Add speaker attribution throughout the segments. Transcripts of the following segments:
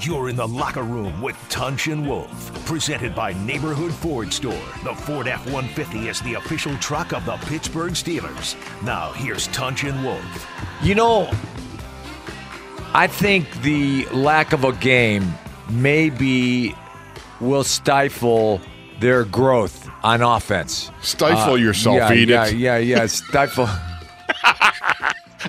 Speaker 1: You're in the locker room with Tunch and Wolf. Presented by Neighborhood Ford Store. The Ford F 150 is the official truck of the Pittsburgh Steelers. Now, here's Tunch and Wolf.
Speaker 2: You know, I think the lack of a game maybe will stifle their growth on offense. Uh,
Speaker 3: Stifle yourself,
Speaker 2: yeah,
Speaker 3: eat
Speaker 2: yeah,
Speaker 3: it.
Speaker 2: yeah, yeah. Stifle.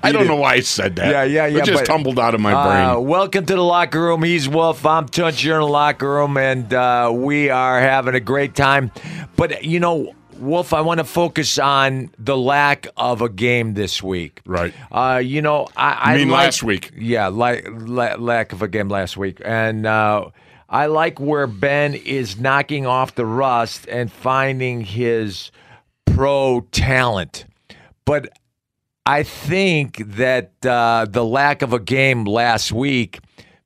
Speaker 3: I don't
Speaker 2: it.
Speaker 3: know why I said that.
Speaker 2: Yeah, yeah, yeah,
Speaker 3: It just
Speaker 2: but-
Speaker 3: tumbled out of my
Speaker 2: Uh,
Speaker 3: brain.
Speaker 2: welcome to the locker room. He's Wolf. I'm Tunch. You're in the locker room, and uh, we are having a great time. But you know, Wolf, I want to focus on the lack of a game this week.
Speaker 3: Right.
Speaker 2: Uh, you know, I,
Speaker 3: You
Speaker 2: I
Speaker 3: mean
Speaker 2: like-
Speaker 3: last week?
Speaker 2: Yeah, like la- lack of a game last week, and uh, I like where Ben is knocking off the rust and finding his pro talent, but I think that uh, the lack of a game last week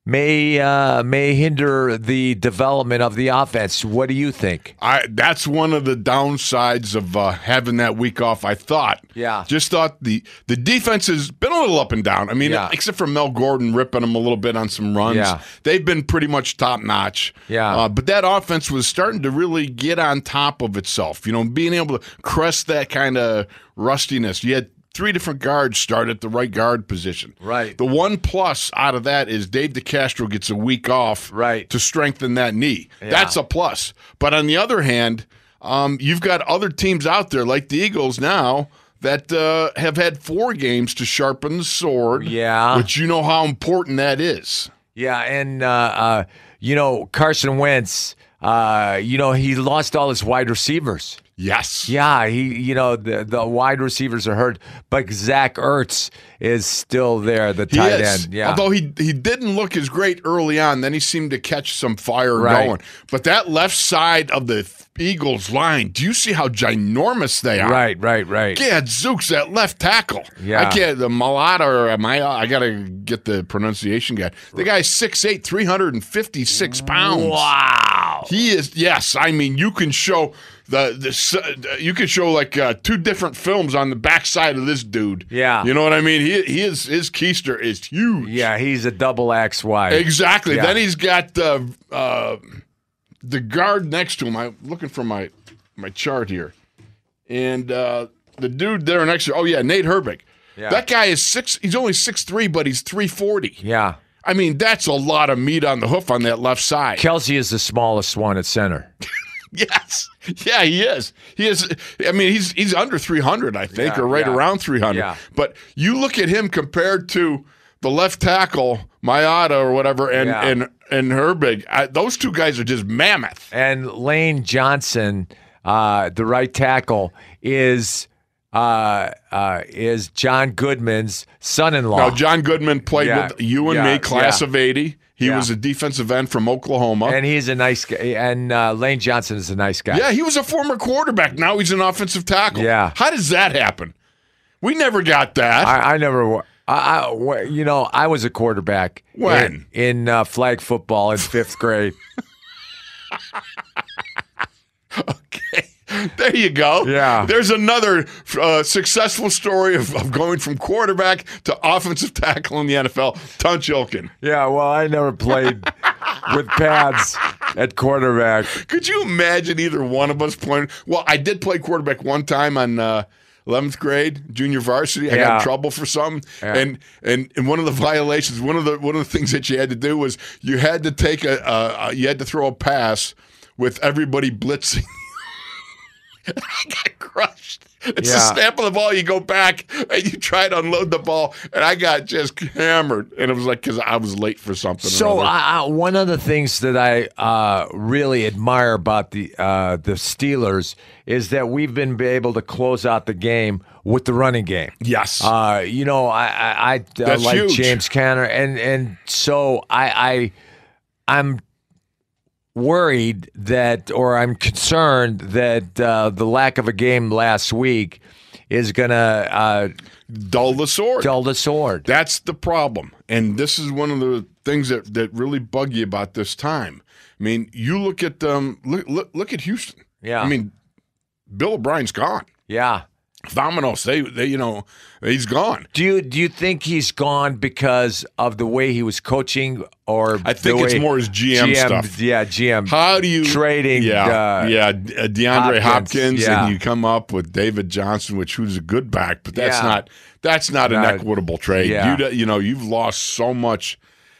Speaker 2: may uh, may hinder the development of the offense. What do you think?
Speaker 3: I that's one of the downsides of uh, having that week off. I thought,
Speaker 2: Yeah.
Speaker 3: just thought the the defense has been a little up and down. I mean,
Speaker 2: Yeah.
Speaker 3: except for Mel Gordon ripping them a little bit on some runs,
Speaker 2: Yeah.
Speaker 3: they've been pretty much top notch.
Speaker 2: Yeah.
Speaker 3: uh, but that offense was starting to really get on top of itself. You know, being able to crest that kind of rustiness. You had three different guards start at the right guard position.
Speaker 2: Right.
Speaker 3: The one plus out of that is Dave DeCastro gets a week off
Speaker 2: Right.
Speaker 3: to strengthen that knee. That's a plus. But on the other hand, um, you've got other teams out there like the Eagles now that uh, have had four games to sharpen the sword.
Speaker 2: Yeah.
Speaker 3: which you know how important that is.
Speaker 2: Yeah, and uh, uh, you know Carson Wentz. Uh, you know he lost all his wide receivers.
Speaker 3: Yes.
Speaker 2: Yeah, he. You know the the wide receivers are hurt, but Zach Ertz is still there, the
Speaker 3: He
Speaker 2: tight
Speaker 3: is.
Speaker 2: end. Yeah,
Speaker 3: Although he he didn't look as great early on, then he seemed to catch some fire
Speaker 2: Right.
Speaker 3: going. But that left side of the Eagles line, do you see how ginormous they are?
Speaker 2: right, right, right.
Speaker 3: Yeah, Zooks at left tackle.
Speaker 2: Yeah.
Speaker 3: I can't. The Malata or am I? I gotta get the pronunciation guy. The guy's 6'8", 356 pounds.
Speaker 2: Wow.
Speaker 3: He is. Yes, I mean you can show the the s- uh, you can show like uh, two different films on the backside of this dude.
Speaker 2: Yeah.
Speaker 3: you know what I mean. He he is his keister is huge.
Speaker 2: Yeah, he's a double axe wide.
Speaker 3: exactly.
Speaker 2: Yeah.
Speaker 3: Then he's got uh, uh, the guard next to him. I'm looking for my my chart here, and uh, the dude there next to oh yeah, Nate Herbig.
Speaker 2: Yeah.
Speaker 3: That guy is six. He's only six three, but he's three forty.
Speaker 2: yeah.
Speaker 3: I mean, that's a lot of meat on the hoof on that left side.
Speaker 2: Kelsey is the smallest one at center.
Speaker 3: Yes. Yeah, he is. He is. I mean, he's he's under 300, I think,
Speaker 2: Yeah,
Speaker 3: or right
Speaker 2: yeah.
Speaker 3: around 300.
Speaker 2: Yeah.
Speaker 3: But you look at him compared to the left tackle Mayada or whatever, and
Speaker 2: Yeah.
Speaker 3: and and Herbig. I, those two guys are just mammoth.
Speaker 2: And Lane Johnson, uh, the right tackle, is uh, uh, is John Goodman's son-in-law.
Speaker 3: Now, John Goodman played
Speaker 2: Yeah,
Speaker 3: with you and
Speaker 2: yeah,
Speaker 3: me, class
Speaker 2: yeah.
Speaker 3: of 80. He
Speaker 2: Yeah.
Speaker 3: was a defensive end from Oklahoma.
Speaker 2: and he's a nice guy. And uh, Lane Johnson is a nice guy.
Speaker 3: yeah, he was a former quarterback. Now he's an offensive tackle.
Speaker 2: Yeah.
Speaker 3: How does that happen? We never got that.
Speaker 2: I, I never. wa- I, I- wa- you know, I was a quarterback
Speaker 3: When?
Speaker 2: in, in uh, flag football in fifth grade.
Speaker 3: There you go.
Speaker 2: Yeah.
Speaker 3: There's another uh, successful story of, of going from quarterback to offensive tackle in the NFL. Tunch Ilkin.
Speaker 2: yeah, well, I never played with pads at quarterback.
Speaker 3: Could you imagine either one of us playing? Well, I did play quarterback one time on uh, 11th grade, junior varsity. I got
Speaker 2: Yeah.
Speaker 3: in trouble for something.
Speaker 2: Yeah.
Speaker 3: And, and and one of the violations, one of the one of the things that you had to do was you had to take a, a, a you had to throw a pass with everybody blitzing. I got crushed. It's
Speaker 2: Yeah.
Speaker 3: the snap of the ball. You go back and you try to unload the ball, and I got just hammered. And it was like because I was late for something. or
Speaker 2: So uh,
Speaker 3: other.
Speaker 2: I, I, one of the things that I uh, really admire about the uh, the Steelers is that we've been able to close out the game with the running game.
Speaker 3: yes,
Speaker 2: Uh, you know, I I, I uh,
Speaker 3: That's
Speaker 2: like
Speaker 3: huge.
Speaker 2: James Conner, and and so I I I'm worried that, or I'm concerned that uh, the lack of a game last week is going to uh,
Speaker 3: Dull the sword.
Speaker 2: dull the sword.
Speaker 3: That's the problem. And this is one of the things that, that really bug you about this time. I mean, you look at um look look, look at Houston.
Speaker 2: Yeah.
Speaker 3: I mean, Bill O'Brien's gone.
Speaker 2: Yeah.
Speaker 3: Domino's, they they you know, he's gone.
Speaker 2: Do you do you think he's gone because of the way he was coaching, or
Speaker 3: I think
Speaker 2: the
Speaker 3: it's
Speaker 2: way-
Speaker 3: more his GM stuff.
Speaker 2: Yeah, GM.
Speaker 3: How do you
Speaker 2: Trading,
Speaker 3: Yeah,
Speaker 2: uh,
Speaker 3: yeah, D- uh, DeAndre
Speaker 2: Hopkins,
Speaker 3: Hopkins,
Speaker 2: yeah.
Speaker 3: and you come up with David Johnson, which who's a good back, but that's
Speaker 2: Yeah.
Speaker 3: not that's not an
Speaker 2: Not-
Speaker 3: equitable trade.
Speaker 2: yeah.
Speaker 3: You do- you know you've lost so much,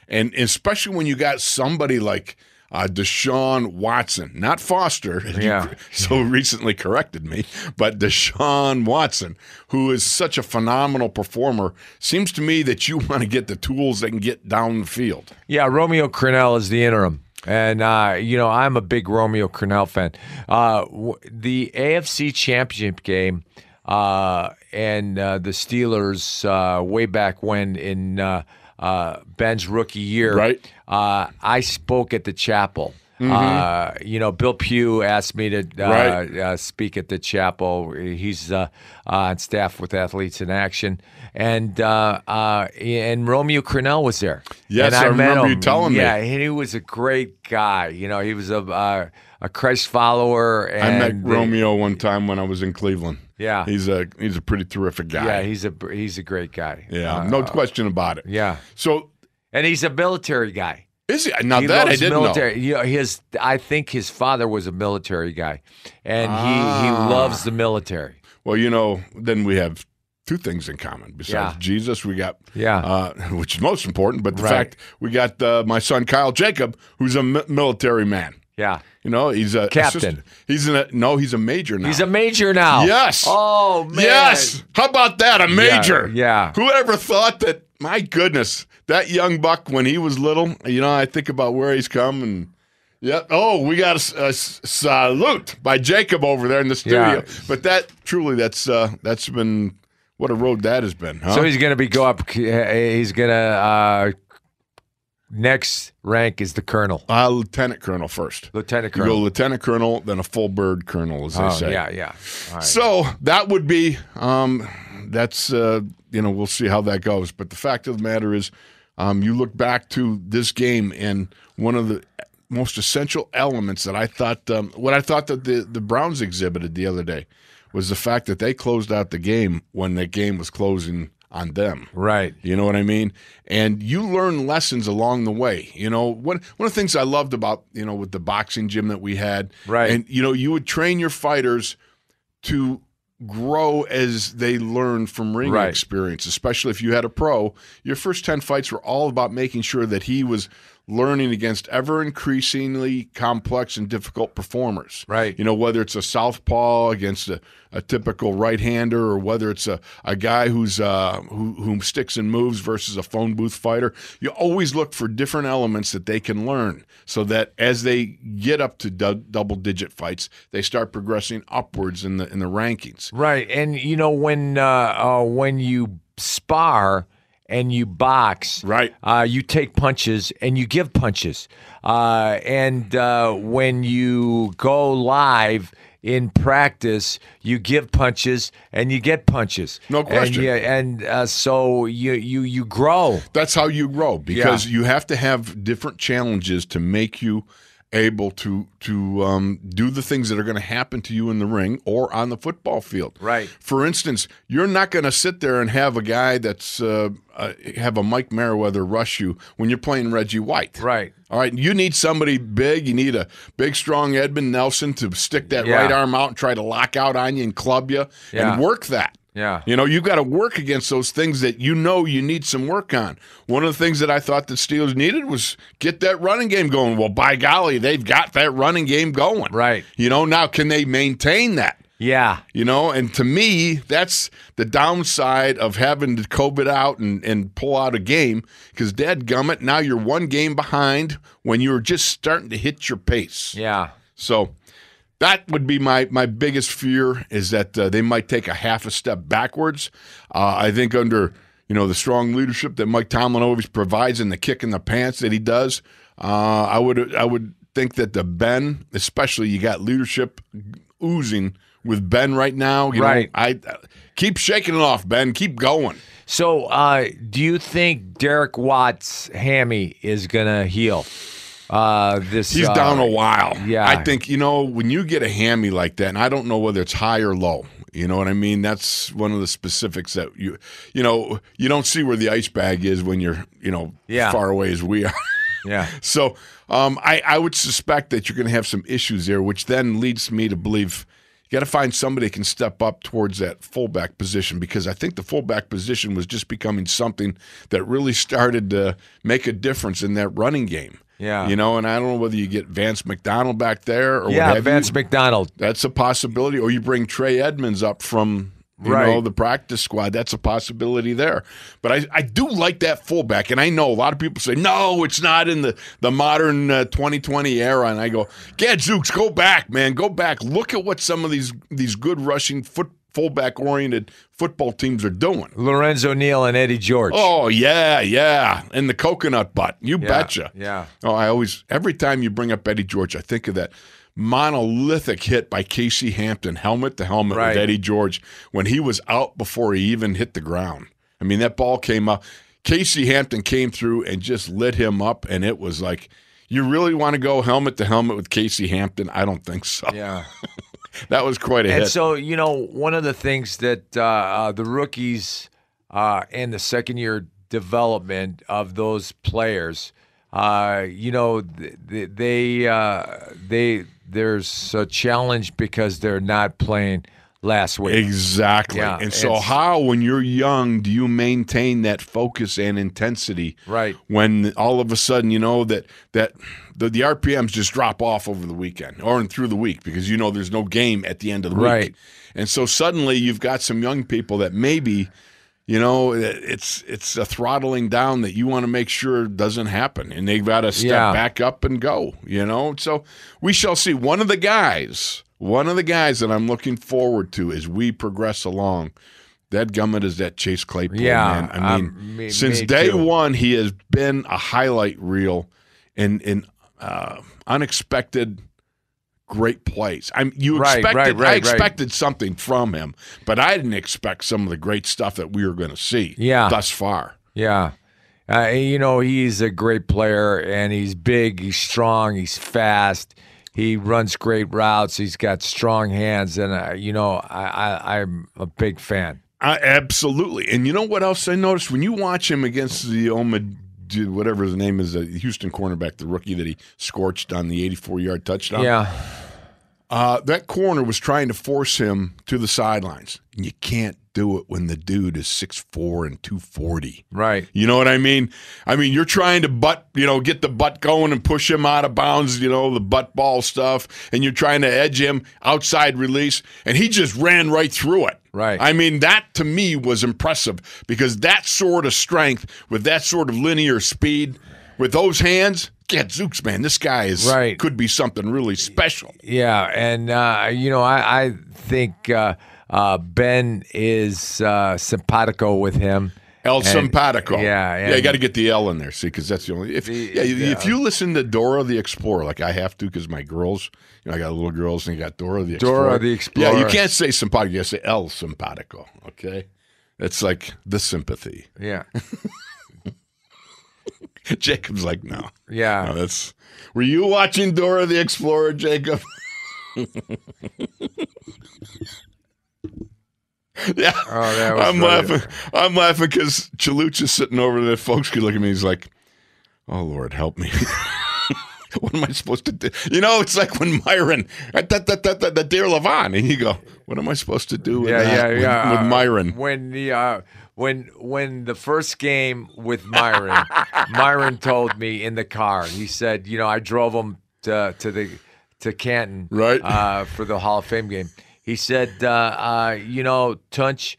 Speaker 3: and especially when you got somebody like uh, Deshaun Watson, not Foster. as you
Speaker 2: Yeah.
Speaker 3: cor- so recently corrected me, but Deshaun Watson, who is such a phenomenal performer, seems to me that you want to get the tools that can get down the field.
Speaker 2: Yeah, Romeo Cornell is the interim. And, uh, you know, I'm a big Romeo Cornell fan. Uh, w- the AFC Championship game uh, and uh, the Steelers uh, way back when in uh, uh, Ben's rookie year,
Speaker 3: Right. Mm-hmm.
Speaker 2: uh, I spoke at the chapel. Uh, you know, Bill Pugh asked me to uh,
Speaker 3: Right.
Speaker 2: uh, speak at the chapel. He's uh, uh, on staff with Athletes in Action, and uh, uh, and Romeo Cornell was there.
Speaker 3: Yes,
Speaker 2: And
Speaker 3: I
Speaker 2: met
Speaker 3: remember
Speaker 2: him.
Speaker 3: you telling me.
Speaker 2: yeah, and he was a great guy. You know, he was a uh, a Christ follower. And
Speaker 3: I met
Speaker 2: the-
Speaker 3: Romeo one time when I was in Cleveland.
Speaker 2: Yeah.
Speaker 3: he's a he's a pretty terrific guy.
Speaker 2: Yeah, uh, he's a he's a great guy.
Speaker 3: Yeah, no question about it.
Speaker 2: yeah,
Speaker 3: So
Speaker 2: and he's a military guy.
Speaker 3: is he now
Speaker 2: he
Speaker 3: that I
Speaker 2: loves
Speaker 3: didn't
Speaker 2: military. You know, his I think his father was a military guy, and he he
Speaker 3: Ah.
Speaker 2: loves the military.
Speaker 3: know. Well, you know, then we have two things in common besides
Speaker 2: Yeah.
Speaker 3: Jesus. We got
Speaker 2: Yeah.
Speaker 3: uh, which is most important, but the
Speaker 2: Right.
Speaker 3: fact we got uh, my son Kyle Jacob, who's a mi- military man.
Speaker 2: Yeah,
Speaker 3: You know, he's a
Speaker 2: Captain.
Speaker 3: assistant- He's in a no, he's a major now.
Speaker 2: he's a major now.
Speaker 3: Yes.
Speaker 2: Oh man.
Speaker 3: Yes. How about that? A major.
Speaker 2: yeah.
Speaker 3: Whoever thought that, my goodness, that young buck when he was little, you know, I think about where he's come and. Yeah. Oh, we got a, s- a s- salute by Jacob over there in the studio.
Speaker 2: Yeah.
Speaker 3: But that truly, that's uh, that's been what a road that has been. Huh?
Speaker 2: So he's gonna be go up. He's gonna uh, next rank is the colonel,
Speaker 3: uh, lieutenant colonel first.
Speaker 2: lieutenant
Speaker 3: You go
Speaker 2: colonel.
Speaker 3: lieutenant colonel, then a full bird colonel, as they
Speaker 2: Oh,
Speaker 3: say.
Speaker 2: yeah, yeah. All right.
Speaker 3: So that would be um, that's uh, you know we'll see how that goes. But the fact of the matter is, um, you look back to this game and one of the most essential elements that I thought um, what I thought that the the Browns exhibited the other day was the fact that they closed out the game when the game was closing on them.
Speaker 2: Right.
Speaker 3: You know what I mean? And you learn lessons along the way. You know, one one of the things I loved about, you know, with the boxing gym that we had.
Speaker 2: Right.
Speaker 3: And you know, you would train your fighters to grow as they learn from ring
Speaker 2: Right.
Speaker 3: experience, especially if you had a pro. Your first 10 fights were all about making sure that he was learning against ever increasingly complex and difficult performers.
Speaker 2: Right.
Speaker 3: You know, whether it's a southpaw against a, a typical right-hander or whether it's a, a guy who's uh, who, who sticks and moves versus a phone booth fighter, you always look for different elements that they can learn so that as they get up to dou- double-digit fights, they start progressing upwards in the in the rankings.
Speaker 2: Right, and you know when uh, uh, when you spar and you box,
Speaker 3: Right.
Speaker 2: Uh, you take punches and you give punches, uh, and uh, when you go live in practice, you give punches and you get punches.
Speaker 3: No question.
Speaker 2: And, yeah, and uh, so you you you grow.
Speaker 3: That's how you grow because you have to have different challenges to make you able to to um, do the things that are going to happen to you in the ring or on the football field.
Speaker 2: Right.
Speaker 3: For instance, you're not going to sit there and have a guy that's uh, uh, have a Mike Merriweather rush you when you're playing Reggie White.
Speaker 2: Right.
Speaker 3: All right, you need somebody big. You need a big, strong Edmund Nelson to stick that
Speaker 2: Yeah.
Speaker 3: right arm out and try to lock out on you and club you
Speaker 2: Yeah.
Speaker 3: and work that.
Speaker 2: Yeah.
Speaker 3: You know, you've got to work against those things that you know you need some work on. One of the things that I thought the Steelers needed was get that running game going. Well, by golly, they've got that running game going.
Speaker 2: Right.
Speaker 3: You know, now can they maintain that?
Speaker 2: Yeah.
Speaker 3: You know, and to me, that's the downside of having to COVID out and, and pull out a game because, dad gummit, now you're one game behind when you're just starting to hit your pace.
Speaker 2: Yeah.
Speaker 3: So that would be my my biggest fear is that uh, they might take a half a step backwards. Uh, I think under you know the strong leadership that Mike Tomlin always provides and the kick in the pants that he does, Uh, I would I would think that the Ben, especially you got leadership oozing with Ben right now. You
Speaker 2: Right.
Speaker 3: Know, I keep shaking it off, Ben. Keep going.
Speaker 2: So, uh, do you think Derek Watts' hammy is gonna heal? Uh, this
Speaker 3: He's
Speaker 2: uh,
Speaker 3: down a while.
Speaker 2: yeah.
Speaker 3: I think, you know, when you get a hammy like that, and I don't know whether it's high or low, you know what I mean? That's one of the specifics that you, you know, you don't see where the ice bag is when you're, you know,
Speaker 2: Yeah.
Speaker 3: far away as we are.
Speaker 2: Yeah,
Speaker 3: so um, I, I would suspect that you're going to have some issues there, which then leads me to believe you got to find somebody that can step up towards that fullback position because I think the fullback position was just becoming something that really started to make a difference in that running game.
Speaker 2: Yeah.
Speaker 3: You know, and I don't know whether you get Vance McDonald back there or what
Speaker 2: yeah.
Speaker 3: have
Speaker 2: Vance
Speaker 3: you.
Speaker 2: McDonald.
Speaker 3: That's a possibility. Or you bring Trey Edmonds up from you
Speaker 2: Right.
Speaker 3: know the practice squad. That's a possibility there. But I, I do like that fullback, and I know a lot of people say no, it's not in the the modern uh, 2020 era. And I go, Gadzooks, go back, man, go back. Look at what some of these these good rushing foot fullback oriented football teams are doing.
Speaker 2: Lorenzo Neal and Eddie George.
Speaker 3: Oh yeah, yeah, and the coconut butt. You
Speaker 2: Yeah,
Speaker 3: betcha.
Speaker 2: yeah.
Speaker 3: Oh, I always every time you bring up Eddie George, I think of that monolithic hit by Casey Hampton, helmet to helmet
Speaker 2: Right.
Speaker 3: with Eddie George when he was out before he even hit the ground. I mean, that ball came up. Casey Hampton came through and just lit him up, and it was like. You really want to go helmet to helmet with Casey Hampton? I don't think so.
Speaker 2: Yeah.
Speaker 3: That was quite a
Speaker 2: And
Speaker 3: hit.
Speaker 2: so, you know, one of the things that uh, uh, the rookies uh, and the second year development of those players, uh, you know, th- th- they uh, they there's a challenge because they're not playing last week.
Speaker 3: Exactly.
Speaker 2: Yeah,
Speaker 3: and so,
Speaker 2: it's-
Speaker 3: how, when you're young, do you maintain that focus and intensity?
Speaker 2: Right.
Speaker 3: When all of a sudden you know that that the, the RPMs just drop off over the weekend or and through the week because you know there's no game at the end of the
Speaker 2: Right.
Speaker 3: week. And so suddenly you've got some young people that maybe. You know, it- it's it's a throttling down that you want to make sure doesn't happen, and they've got to step
Speaker 2: Yeah.
Speaker 3: back back up and go, you know? So we shall see. One of the guys, one of the guys that I'm looking forward to as we progress along, that gummit is that Chase Claypool,
Speaker 2: Yeah,
Speaker 3: man. I mean,
Speaker 2: um, me-
Speaker 3: since
Speaker 2: me
Speaker 3: day
Speaker 2: too.
Speaker 3: one, he has been a highlight reel and in uh, unexpected great plays. I'm you
Speaker 2: Right,
Speaker 3: expected
Speaker 2: right, right,
Speaker 3: I
Speaker 2: right.
Speaker 3: expected something from him, but I didn't expect some of the great stuff that we were gonna see
Speaker 2: Yeah.
Speaker 3: thus far.
Speaker 2: Yeah. Uh, you know, he's a great player and he's big, he's strong, he's fast. He runs great routes. He's got strong hands, and uh, you know I, I, I'm a big fan.
Speaker 3: I, absolutely. And you know what else I noticed when you watch him against the Omid, whatever his name is, the Houston cornerback, the rookie that he scorched on the 84 yard touchdown.
Speaker 2: Yeah,
Speaker 3: Uh, that corner was trying to force him to the sidelines. And you can't do it when the dude is 6'4 and 240.
Speaker 2: Right.
Speaker 3: You know what I mean? I mean, you're trying to butt, you know, get the butt going and push him out of bounds, you know, the butt ball stuff, and you're trying to edge him outside release, and he just ran right through it.
Speaker 2: Right.
Speaker 3: I mean, that to me was impressive because that sort of strength with that sort of linear speed with those hands, get Zooks, man, this guy is
Speaker 2: Right.
Speaker 3: could be something really special.
Speaker 2: Yeah, and uh, you know I, I think uh, uh, Ben is uh, simpatico with him.
Speaker 3: El
Speaker 2: And-
Speaker 3: Simpatico.
Speaker 2: Yeah,
Speaker 3: yeah. You
Speaker 2: and- uh,
Speaker 3: got to get the L in there, see, because that's the only. If yeah, if you listen to Dora the Explorer, like I have to, because my girls, you know, I got little girls, and you got Dora the Explorer.
Speaker 2: Dora the
Speaker 3: Yeah, you
Speaker 2: Explorer.
Speaker 3: can't say simpatico. You got to say El Simpatico. Okay, it's like the sympathy.
Speaker 2: Yeah,
Speaker 3: Jacob's like, no, no,
Speaker 2: yeah.
Speaker 3: that's. Were you watching Dora the Explorer, Jacob? yeah.
Speaker 2: Oh, that was really-
Speaker 3: I'm laughing. I'm laughing because Chalucha's sitting over there. Folks could look at me. He's like, "Oh Lord, help me." What am I supposed to do? You know, it's like when Myron, that, that, that, that, that dear Levon, and you go, "What am I supposed to do with
Speaker 2: Yeah,
Speaker 3: that,
Speaker 2: yeah,
Speaker 3: with,
Speaker 2: yeah.
Speaker 3: with
Speaker 2: Uh,
Speaker 3: Myron?"
Speaker 2: when the uh, when when the first game with Myron, Myron told me in the car. He said, you know, I drove him to to the to Canton,
Speaker 3: Right.
Speaker 2: uh, for the Hall of Fame game. He said, uh, uh, you know, Tunch,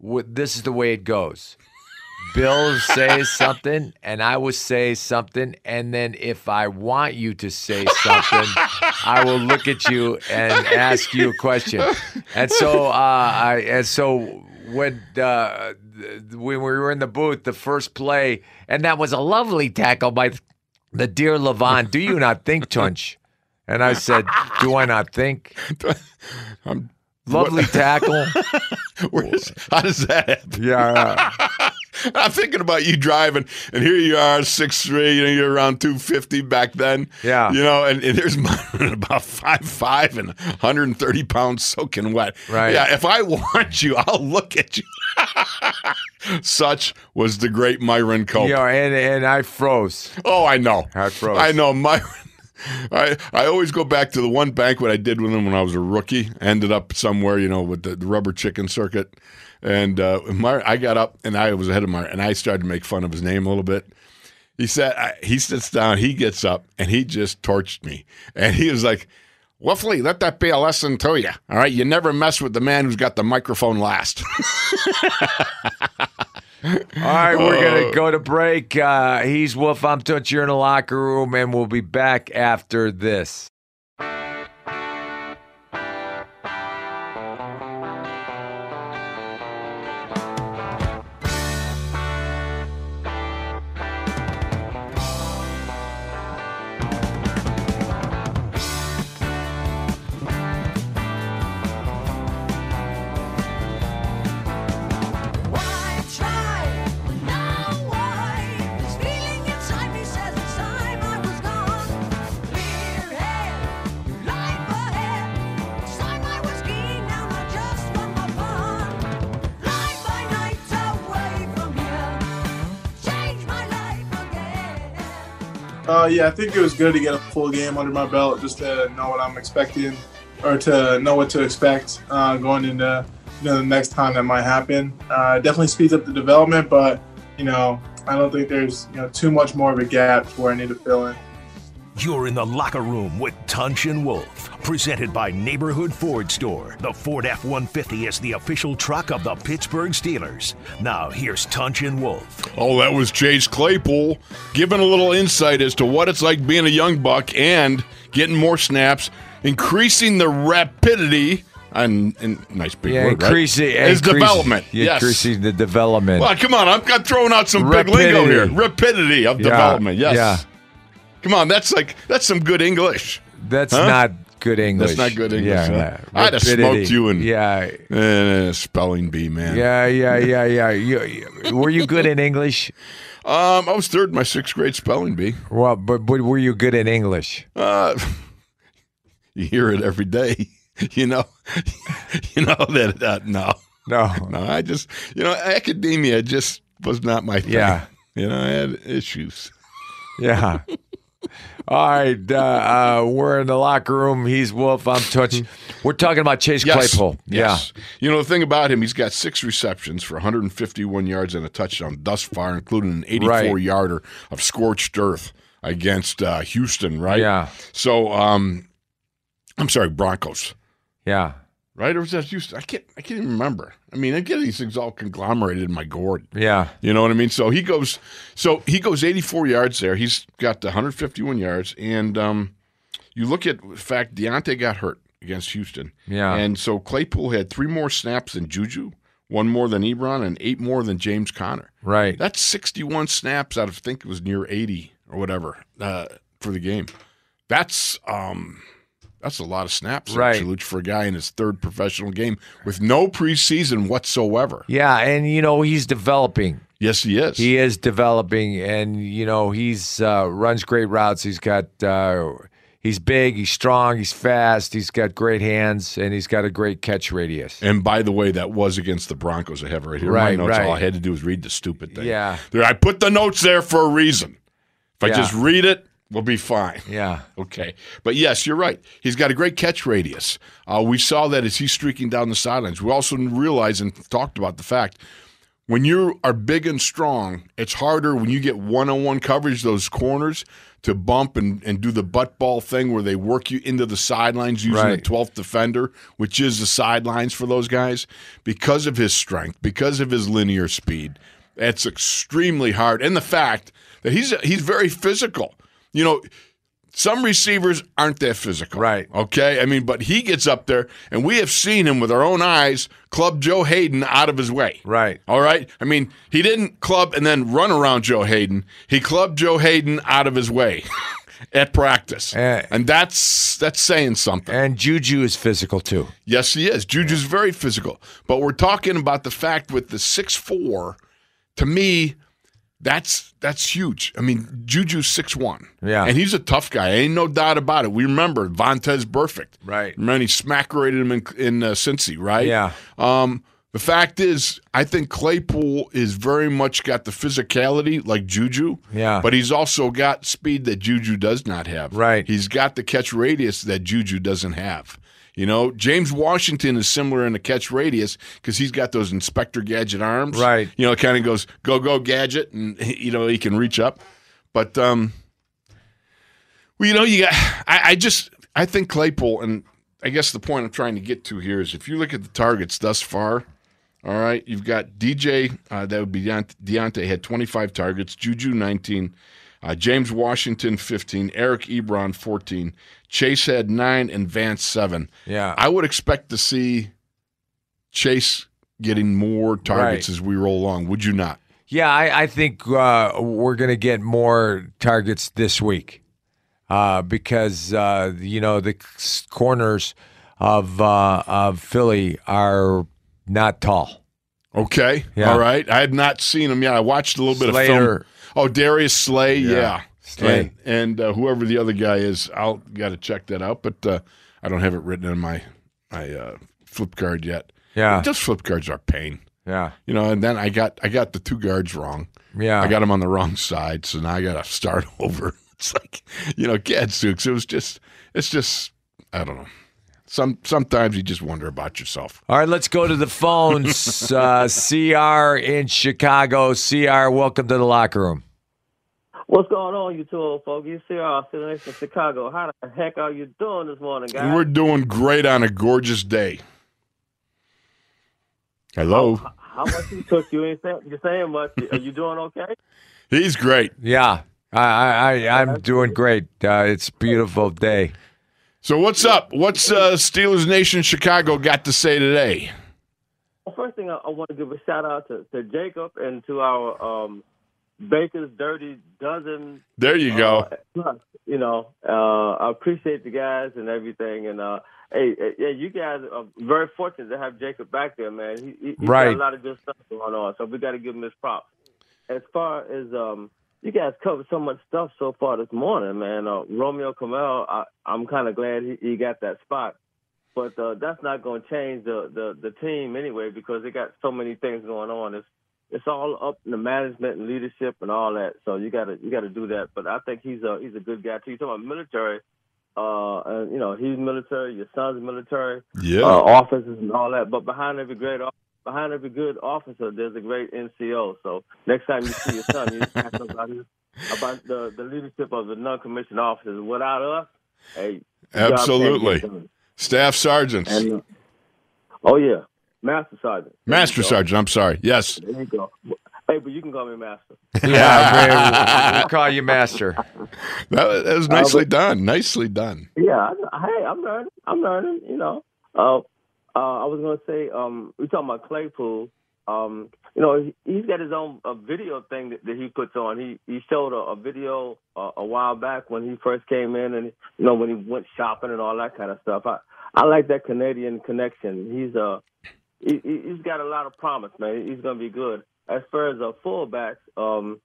Speaker 2: w- this is the way it goes. Bill says something, and I will say something, and then if I want you to say something, I will look at you and ask you a question. And so, uh, I and so when uh, th- when we were in the booth, the first play, and that was a lovely tackle by the dear Levon, do you not think, Tunch? And I said, do I not think?
Speaker 3: I'm-
Speaker 2: Lovely tackle.
Speaker 3: Where is, how does that happen?
Speaker 2: Yeah.
Speaker 3: I'm thinking about you driving, and here you are, six three. You know, you're around two fifty back then.
Speaker 2: Yeah.
Speaker 3: You know, and, and there's mine about five five and 130 pounds soaking wet.
Speaker 2: Right.
Speaker 3: Yeah. If I want you, I'll look at you. Such was the great Myron Cope.
Speaker 2: Yeah, and, and I froze.
Speaker 3: Oh, I know.
Speaker 2: I froze.
Speaker 3: I know. My, I I always go back to the one banquet I did with him when I was a rookie. Ended up somewhere, you know, with the, the rubber chicken circuit, and uh, my I got up and I was ahead of my and I started to make fun of his name a little bit. He said I, he sits down, he gets up, and he just torched me, and he was like. Woofly, let that be a lesson to you. All right, you never mess with the man who's got the microphone last.
Speaker 2: All right, we're going
Speaker 3: Oh.
Speaker 2: to go to break. Uh, he's Wolf. I'm Tunch. You're in the locker room, and we'll be back after this.
Speaker 4: Why try when now why? This feeling inside me says it's time I was gone. Clear head, life ahead. It's time I was keen, now I just want my fun. Life by night away from here. Change my life again.
Speaker 5: Uh, yeah, I think it was good to get a full game under my belt just to know what I'm expecting or to know what to expect uh, going into you know, the next time that might happen. Uh, it definitely speeds up the development, but you know I don't think there's you know too much more of a gap to where I need to fill in.
Speaker 1: You're in the locker room with Tunch and Wolf, presented by Neighborhood Ford Store. The Ford F 150 is the official truck of the Pittsburgh Steelers. Now, here's Tunch and Wolf.
Speaker 3: Oh, that was Chase Claypool giving a little insight as to what it's like being a young buck and getting more snaps, increasing the rapidity. And, and nice big
Speaker 2: Yeah,
Speaker 3: word,
Speaker 2: increase
Speaker 3: right?
Speaker 2: it.
Speaker 3: His
Speaker 2: increase-
Speaker 3: development.
Speaker 2: yeah,
Speaker 3: yes.
Speaker 2: Increasing the development.
Speaker 3: Well, come on, I'm, I'm throwing out some big lingo here.
Speaker 2: Rapidity.
Speaker 3: Rapidity of
Speaker 2: Yeah,
Speaker 3: development. Yes.
Speaker 2: yeah.
Speaker 3: Come on, that's like that's some good English.
Speaker 2: That's
Speaker 3: Huh?
Speaker 2: not good English.
Speaker 3: not good English,
Speaker 2: Yeah,
Speaker 3: huh?
Speaker 2: yeah.
Speaker 3: I'd have smoked
Speaker 2: Rapidity.
Speaker 3: you in-
Speaker 2: Yeah,
Speaker 3: Eh, spelling bee, man.
Speaker 2: yeah, yeah, yeah, yeah. You, you- were you good in English?
Speaker 3: Um, I was third in my sixth grade spelling bee.
Speaker 2: Well, but, but were you good in English?
Speaker 3: Uh, you hear it every day. You know, you know that uh, no,
Speaker 2: No.
Speaker 3: no. I just, you know, academia just was not my thing.
Speaker 2: Yeah.
Speaker 3: you know, I had issues.
Speaker 2: Yeah. All right, uh, uh, we're in the locker room. He's Wolf. I'm Touch. We're talking about Chase Claypool.
Speaker 3: Yes. You know the thing about him, he's got six receptions for 151 yards and a touchdown thus far, including an 84
Speaker 2: Right.
Speaker 3: yarder of scorched earth against uh, Houston. Right.
Speaker 2: Yeah.
Speaker 3: So, um, I'm sorry, Broncos.
Speaker 2: Yeah.
Speaker 3: Right or was that Houston? I can't. I can't even remember. I mean, I get these things all conglomerated in my gourd.
Speaker 2: Yeah. Yeah.
Speaker 3: You know what I mean? So he goes, so he goes 84 yards there. He's got the 151 yards, and um, you look at in fact Deontay got hurt against Houston,
Speaker 2: Yeah.
Speaker 3: and so Claypool had three more snaps than Juju, one more than Ebron, and eight more than James Conner.
Speaker 2: Right.
Speaker 3: That's 61 snaps out of I think it was near 80 or whatever uh, for the game. That's um, that's a lot of snaps,
Speaker 2: Right.
Speaker 3: actually, for a guy in his third professional game with no preseason whatsoever.
Speaker 2: Yeah, and you know he's developing.
Speaker 3: Yes, he is.
Speaker 2: He is developing, and you know he's uh, runs great routes. He's got uh, he's big, he's strong, he's fast, he's got great hands, and he's got a great catch radius.
Speaker 3: And by the way, that was against the Broncos. I have right here.
Speaker 2: Right,
Speaker 3: My notes.
Speaker 2: right.
Speaker 3: All I had to do was read the stupid thing.
Speaker 2: Yeah.
Speaker 3: There, I put the notes there for a reason. If I
Speaker 2: Yeah.
Speaker 3: just read it, we'll be fine.
Speaker 2: Yeah,
Speaker 3: Okay. But yes, you're right. He's got a great catch radius. Uh, we saw that as he's streaking down the sidelines. We also realized and talked about the fact when you are big and strong, it's harder when you get one on one coverage, those corners, to bump and, and do the butt ball thing where they work you into the sidelines using
Speaker 2: Right.
Speaker 3: the 12th defender, which is the sidelines for those guys. Because of his strength, because of his linear speed, that's extremely hard. And the fact that he's he's very physical. You know, Some receivers aren't that physical.
Speaker 2: Right.
Speaker 3: Okay. I mean, but he gets up there, and we have seen him with our own eyes club Joe Hayden out of his way.
Speaker 2: Right.
Speaker 3: All right. I mean, he didn't club and then run around Joe Hayden. He clubbed Joe Hayden out of his way at practice.
Speaker 2: Eh.
Speaker 3: and that's that's saying something.
Speaker 2: And Juju is physical too.
Speaker 3: Yes, he is. Juju's very physical. But we're talking about the fact with the six four, to me, that's that's huge. I mean, Juju's six one.
Speaker 2: Yeah.
Speaker 3: And he's a tough guy. Ain't no doubt about it. We remember Vontez Perfect.
Speaker 2: Right.
Speaker 3: Remember he smackerated him in, in uh, Cincy, right?
Speaker 2: Yeah.
Speaker 3: Um, the fact is, I think Claypool is very much got the physicality like Juju.
Speaker 2: Yeah.
Speaker 3: But he's also got speed that Juju does not have.
Speaker 2: Right.
Speaker 3: He's got the catch radius that Juju doesn't have. You know, James Washington is similar in the catch radius because he's got those Inspector Gadget arms.
Speaker 2: Right.
Speaker 3: You know, it kind of goes go go gadget, and you know he can reach up. But um, well, you know, you got. I, I just I think Claypool, and I guess the point I'm trying to get to here is if you look at the targets thus far. All right, you've got DJ. Uh, that would be Deont- Deontay had 25 targets. Juju 19. Uh, James Washington 15. Eric Ebron 14. Chase had nine and Vance seven.
Speaker 2: Yeah.
Speaker 3: I would expect to see Chase getting more
Speaker 2: Right.
Speaker 3: targets as we roll along. Would you not?
Speaker 2: Yeah, I, I think uh, we're going to get more targets this week uh, because uh, you know the c- corners of uh, of Philly are not tall.
Speaker 3: Okay.
Speaker 2: Yeah.
Speaker 3: All right. I have not seen him yet. I watched a little bit of
Speaker 2: Slater.
Speaker 3: film. Oh, Darius Slay. Yeah.
Speaker 2: Slay.
Speaker 3: And, and, uh, whoever the other guy is, I'll got to check that out. But uh, I don't have it written in my my uh, flip card yet.
Speaker 2: Yeah,
Speaker 3: Those flip cards are pain,
Speaker 2: yeah,
Speaker 3: you know. And then I got I got the two guards wrong.
Speaker 2: yeah.
Speaker 3: I got them on the wrong side, so now I got to start over. It's like, you know, Gadzooks. It was just, it's just, I don't know. Some sometimes you just wonder about yourself.
Speaker 2: All right, let's go to the phones. uh, CR in Chicago. CR, welcome to the locker room.
Speaker 6: What's going on, you two old folks? You see, I'm sitting next to Chicago. How the heck are you doing this morning, guys?
Speaker 3: We're doing great on a gorgeous day. Hello.
Speaker 6: How much you took? You ain't saying, you're saying much. Are you doing okay?
Speaker 3: He's great.
Speaker 2: Yeah, I, I, I I'm doing great. Uh, it's a beautiful day.
Speaker 3: So what's up? What's uh, Steelers Nation Chicago got to say today?
Speaker 6: Well, first thing, I, I want to give a shout out to, to Jacob and to our um, Baker's Dirty Dozen
Speaker 3: There you go.
Speaker 6: Plus, you know, uh, I appreciate the guys and everything. And uh, hey, hey, yeah, you guys are very fortunate to have Jacob back there, man. He, he, he's
Speaker 2: Right.
Speaker 6: got a lot of good stuff going on, so we got to give him his props. As far as um, you guys covered so much stuff so far this morning, man. Uh, Romeo Kamel, I, I'm kind of glad he, he got that spot. But uh, that's not going to change the, the, the team anyway because they got so many things going on. It's it's all up in the management and leadership and all that. So you gotta you gotta do that. But I think he's a he's a good guy too. He's talking about military. Uh, and, you know he's military. Your son's military.
Speaker 3: Yeah.
Speaker 6: Uh, officers and all that. But behind every great off- behind every good officer, there's a great NCO. So next time you see your son, you ask him about his, about the, the leadership of the non-commissioned officers. Without us, hey, you
Speaker 3: Absolutely.
Speaker 6: can't get done.
Speaker 3: Staff sergeants,
Speaker 6: And, uh, oh yeah, master sergeant. There you
Speaker 3: master
Speaker 6: go.
Speaker 3: sergeant. I'm sorry. Yes.
Speaker 6: There you go. Hey, but you can call me master.
Speaker 2: Yeah, we- we call you master.
Speaker 3: That was, that
Speaker 6: Uh,
Speaker 3: was nicely done. Nicely done.
Speaker 6: Yeah, I, hey, I'm learning. I'm learning. You know, uh, uh, I was gonna say um, we talking about Claypool. Um, you know, he, he's got his own uh video thing that, that he puts on. He he showed a, a video uh, a while back when he first came in, and you know when he went shopping and all that kind of stuff. I I like that Canadian connection. He's a he, he- he's got a lot of promise, man. He's gonna be good. As far as uh, fullbacks, um,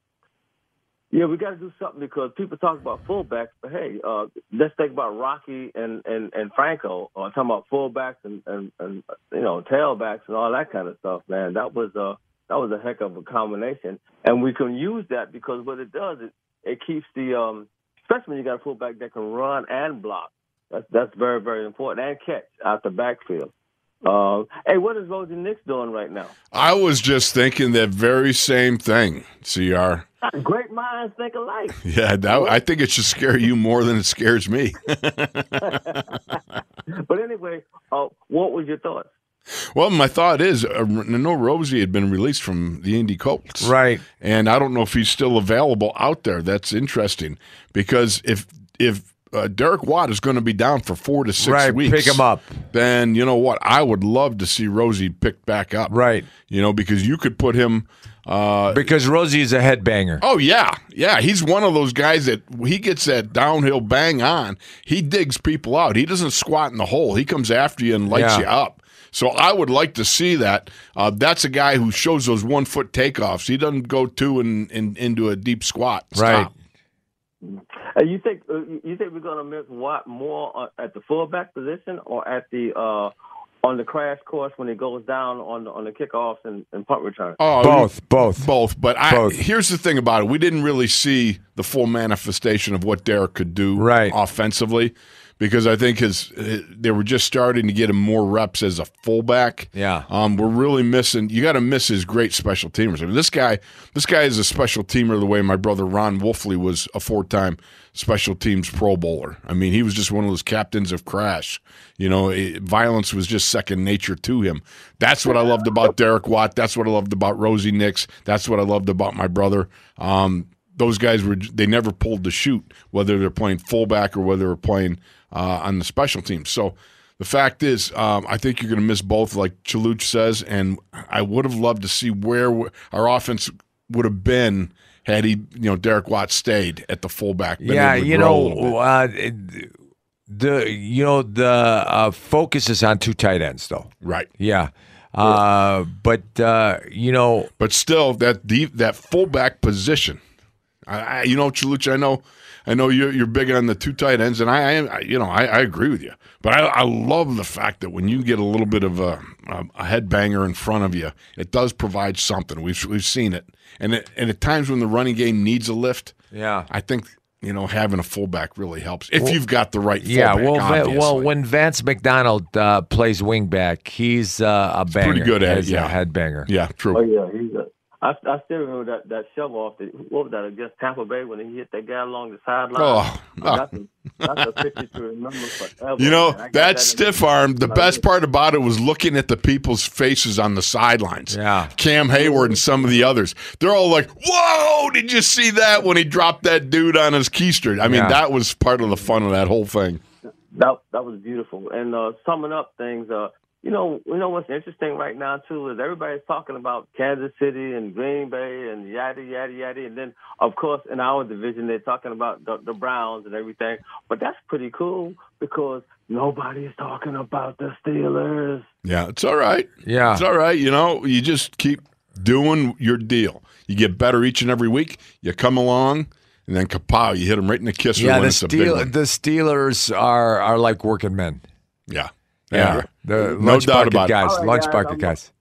Speaker 6: yeah, we got to do something because people talk about fullbacks, but hey, uh, let's think about Rocky and and and Franco. Uh, talking about fullbacks and, and and you know tailbacks and all that kind of stuff, man. That was a that was a heck of a combination, and we can use that because what it does it it keeps the um, especially when you got a fullback that can run and block. That's that's very very important and catch out the backfield. Uh, hey, what is Rosie Nix doing right now?
Speaker 3: I was just thinking that very same thing, CR.
Speaker 6: Great minds think alike.
Speaker 3: Yeah, that, I think it should scare you more than it scares me.
Speaker 6: But anyway, uh, what was your thoughts?
Speaker 3: well, my thought is, uh, no, Rosie had been released from the Indy Colts,
Speaker 2: Right.
Speaker 3: And I don't know if he's still available out there. That's interesting because if if uh, Derek Watt is going to be down for four to six
Speaker 2: Right,
Speaker 3: weeks.
Speaker 2: pick him up.
Speaker 3: Then you know what? I would love to see Rosie picked back up.
Speaker 2: Right.
Speaker 3: You know because you could put him. Uh,
Speaker 2: Because Rosie is a headbanger.
Speaker 3: oh yeah, yeah. He's one of those guys that he gets that downhill bang on. He digs people out. He doesn't squat in the hole. He comes after you and lights
Speaker 2: Yeah.
Speaker 3: you up. So I would like to see that. Uh, that's a guy who shows those one foot takeoffs. He doesn't go two and, and into a deep squat. and
Speaker 2: Right.
Speaker 3: stop.
Speaker 6: Uh, you think uh, you you think we're gonna miss Watt more uh, at the fullback position or at the uh, on the crash course when it goes down on the, on the kickoffs and, and punt return?
Speaker 3: Oh,
Speaker 2: Both, both.
Speaker 3: Both, but I,
Speaker 2: Both.
Speaker 3: here's the thing about it: we didn't really see the full manifestation of what Derek could do
Speaker 2: Right.
Speaker 3: offensively, because I think his, his- they were just starting to get him more reps as a fullback.
Speaker 2: Yeah.
Speaker 3: um, we're really missing. You got to miss his great special teamers. I mean, this guy, this guy is a special teamer the way my brother Ron Wolfley was a four-time special teams Pro Bowler. I mean, he was just one of those captains of crash. You know, it- violence was just second nature to him. That's what I loved about Derek Watt. That's what I loved about Rosie Nix. That's what I loved about my brother. Um, those guys were they never pulled the shoot, whether they're playing fullback or whether they're playing uh, on the special teams. So. The fact is, um, I think you're going to miss both, like Chaluch says, and I would have loved to see where w- our offense would have been had he, you know, Derek Watt stayed at the fullback. been
Speaker 2: yeah,
Speaker 3: able to
Speaker 2: you
Speaker 3: grow a
Speaker 2: know,
Speaker 3: little bit.
Speaker 2: uh, it- the you know the uh, focus is on two tight ends though.
Speaker 3: right?
Speaker 2: Yeah, uh, but uh, you know,
Speaker 3: But still, that deep, that fullback position, I, I you know, Chaluch, I know, I know you're you're big on the two tight ends, and I, I am- I you know, I, I agree with you. But I, I love the fact that when you get a little bit of a, a, a headbanger in front of you, it does provide something. We've we've seen it, and it, and at times when the running game needs a lift,
Speaker 2: yeah,
Speaker 3: I think you know having a fullback really helps if you've got the right.
Speaker 2: yeah.
Speaker 3: fullback,
Speaker 2: Well, Va- well,
Speaker 3: obviously.
Speaker 2: when Vance McDonald uh, plays wingback, he's uh, a banger.
Speaker 3: pretty good at it,
Speaker 2: as
Speaker 3: yeah.
Speaker 2: a headbanger.
Speaker 3: yeah, true.
Speaker 6: Oh yeah, he's a. I, I still remember that that shove off. That, what was that against Tampa Bay when he hit that guy along the sideline?
Speaker 3: Oh,
Speaker 6: Uh, that's, a, that's a picture to remember forever.
Speaker 3: You know,
Speaker 6: Oh, man. I got
Speaker 3: that
Speaker 6: in- Oh,
Speaker 3: stiff arm, the best part about it was looking at the people's faces on the sidelines.
Speaker 2: Yeah.
Speaker 3: Cam Hayward and some of the others. They're all like, whoa, did you see that when he dropped that dude on his keister? I mean,
Speaker 2: Yeah.
Speaker 3: that was part of the fun of that whole thing.
Speaker 6: That that was beautiful. And uh, summing up things, uh, you know, you know what's interesting right now too is everybody's talking about Kansas City and Green Bay and yada yada yada, and then of course in our division they're talking about the, the Browns and everything. But that's pretty cool because nobody is talking about the Steelers.
Speaker 3: Yeah, it's all right.
Speaker 2: Yeah.
Speaker 3: It's all right. You know, you just keep doing your deal. You get better each and every week. You come along, and then kapow, you hit them right in the kisser
Speaker 2: Yeah,
Speaker 3: when
Speaker 2: the,
Speaker 3: it's a big
Speaker 2: Steel,
Speaker 3: one.
Speaker 2: the Steelers are are like working men.
Speaker 3: yeah.
Speaker 2: Yeah, the
Speaker 3: No
Speaker 2: lunch
Speaker 3: doubt
Speaker 2: bucket
Speaker 3: about it. Uh,
Speaker 2: guys,
Speaker 6: All right,
Speaker 2: lunch
Speaker 6: guys,
Speaker 2: bucket
Speaker 6: I'm-
Speaker 2: guys.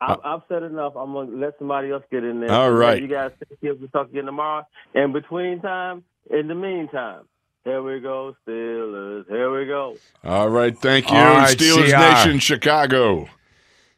Speaker 6: I've, I've said enough. I'm gonna let somebody else get in there.
Speaker 3: All right.
Speaker 6: You guys take care. We'll talk again tomorrow. In between time, in the meantime, here we go, Steelers. Here we go.
Speaker 3: All right, thank you,
Speaker 2: All right,
Speaker 3: Steelers
Speaker 2: CR.
Speaker 3: Nation, Chicago.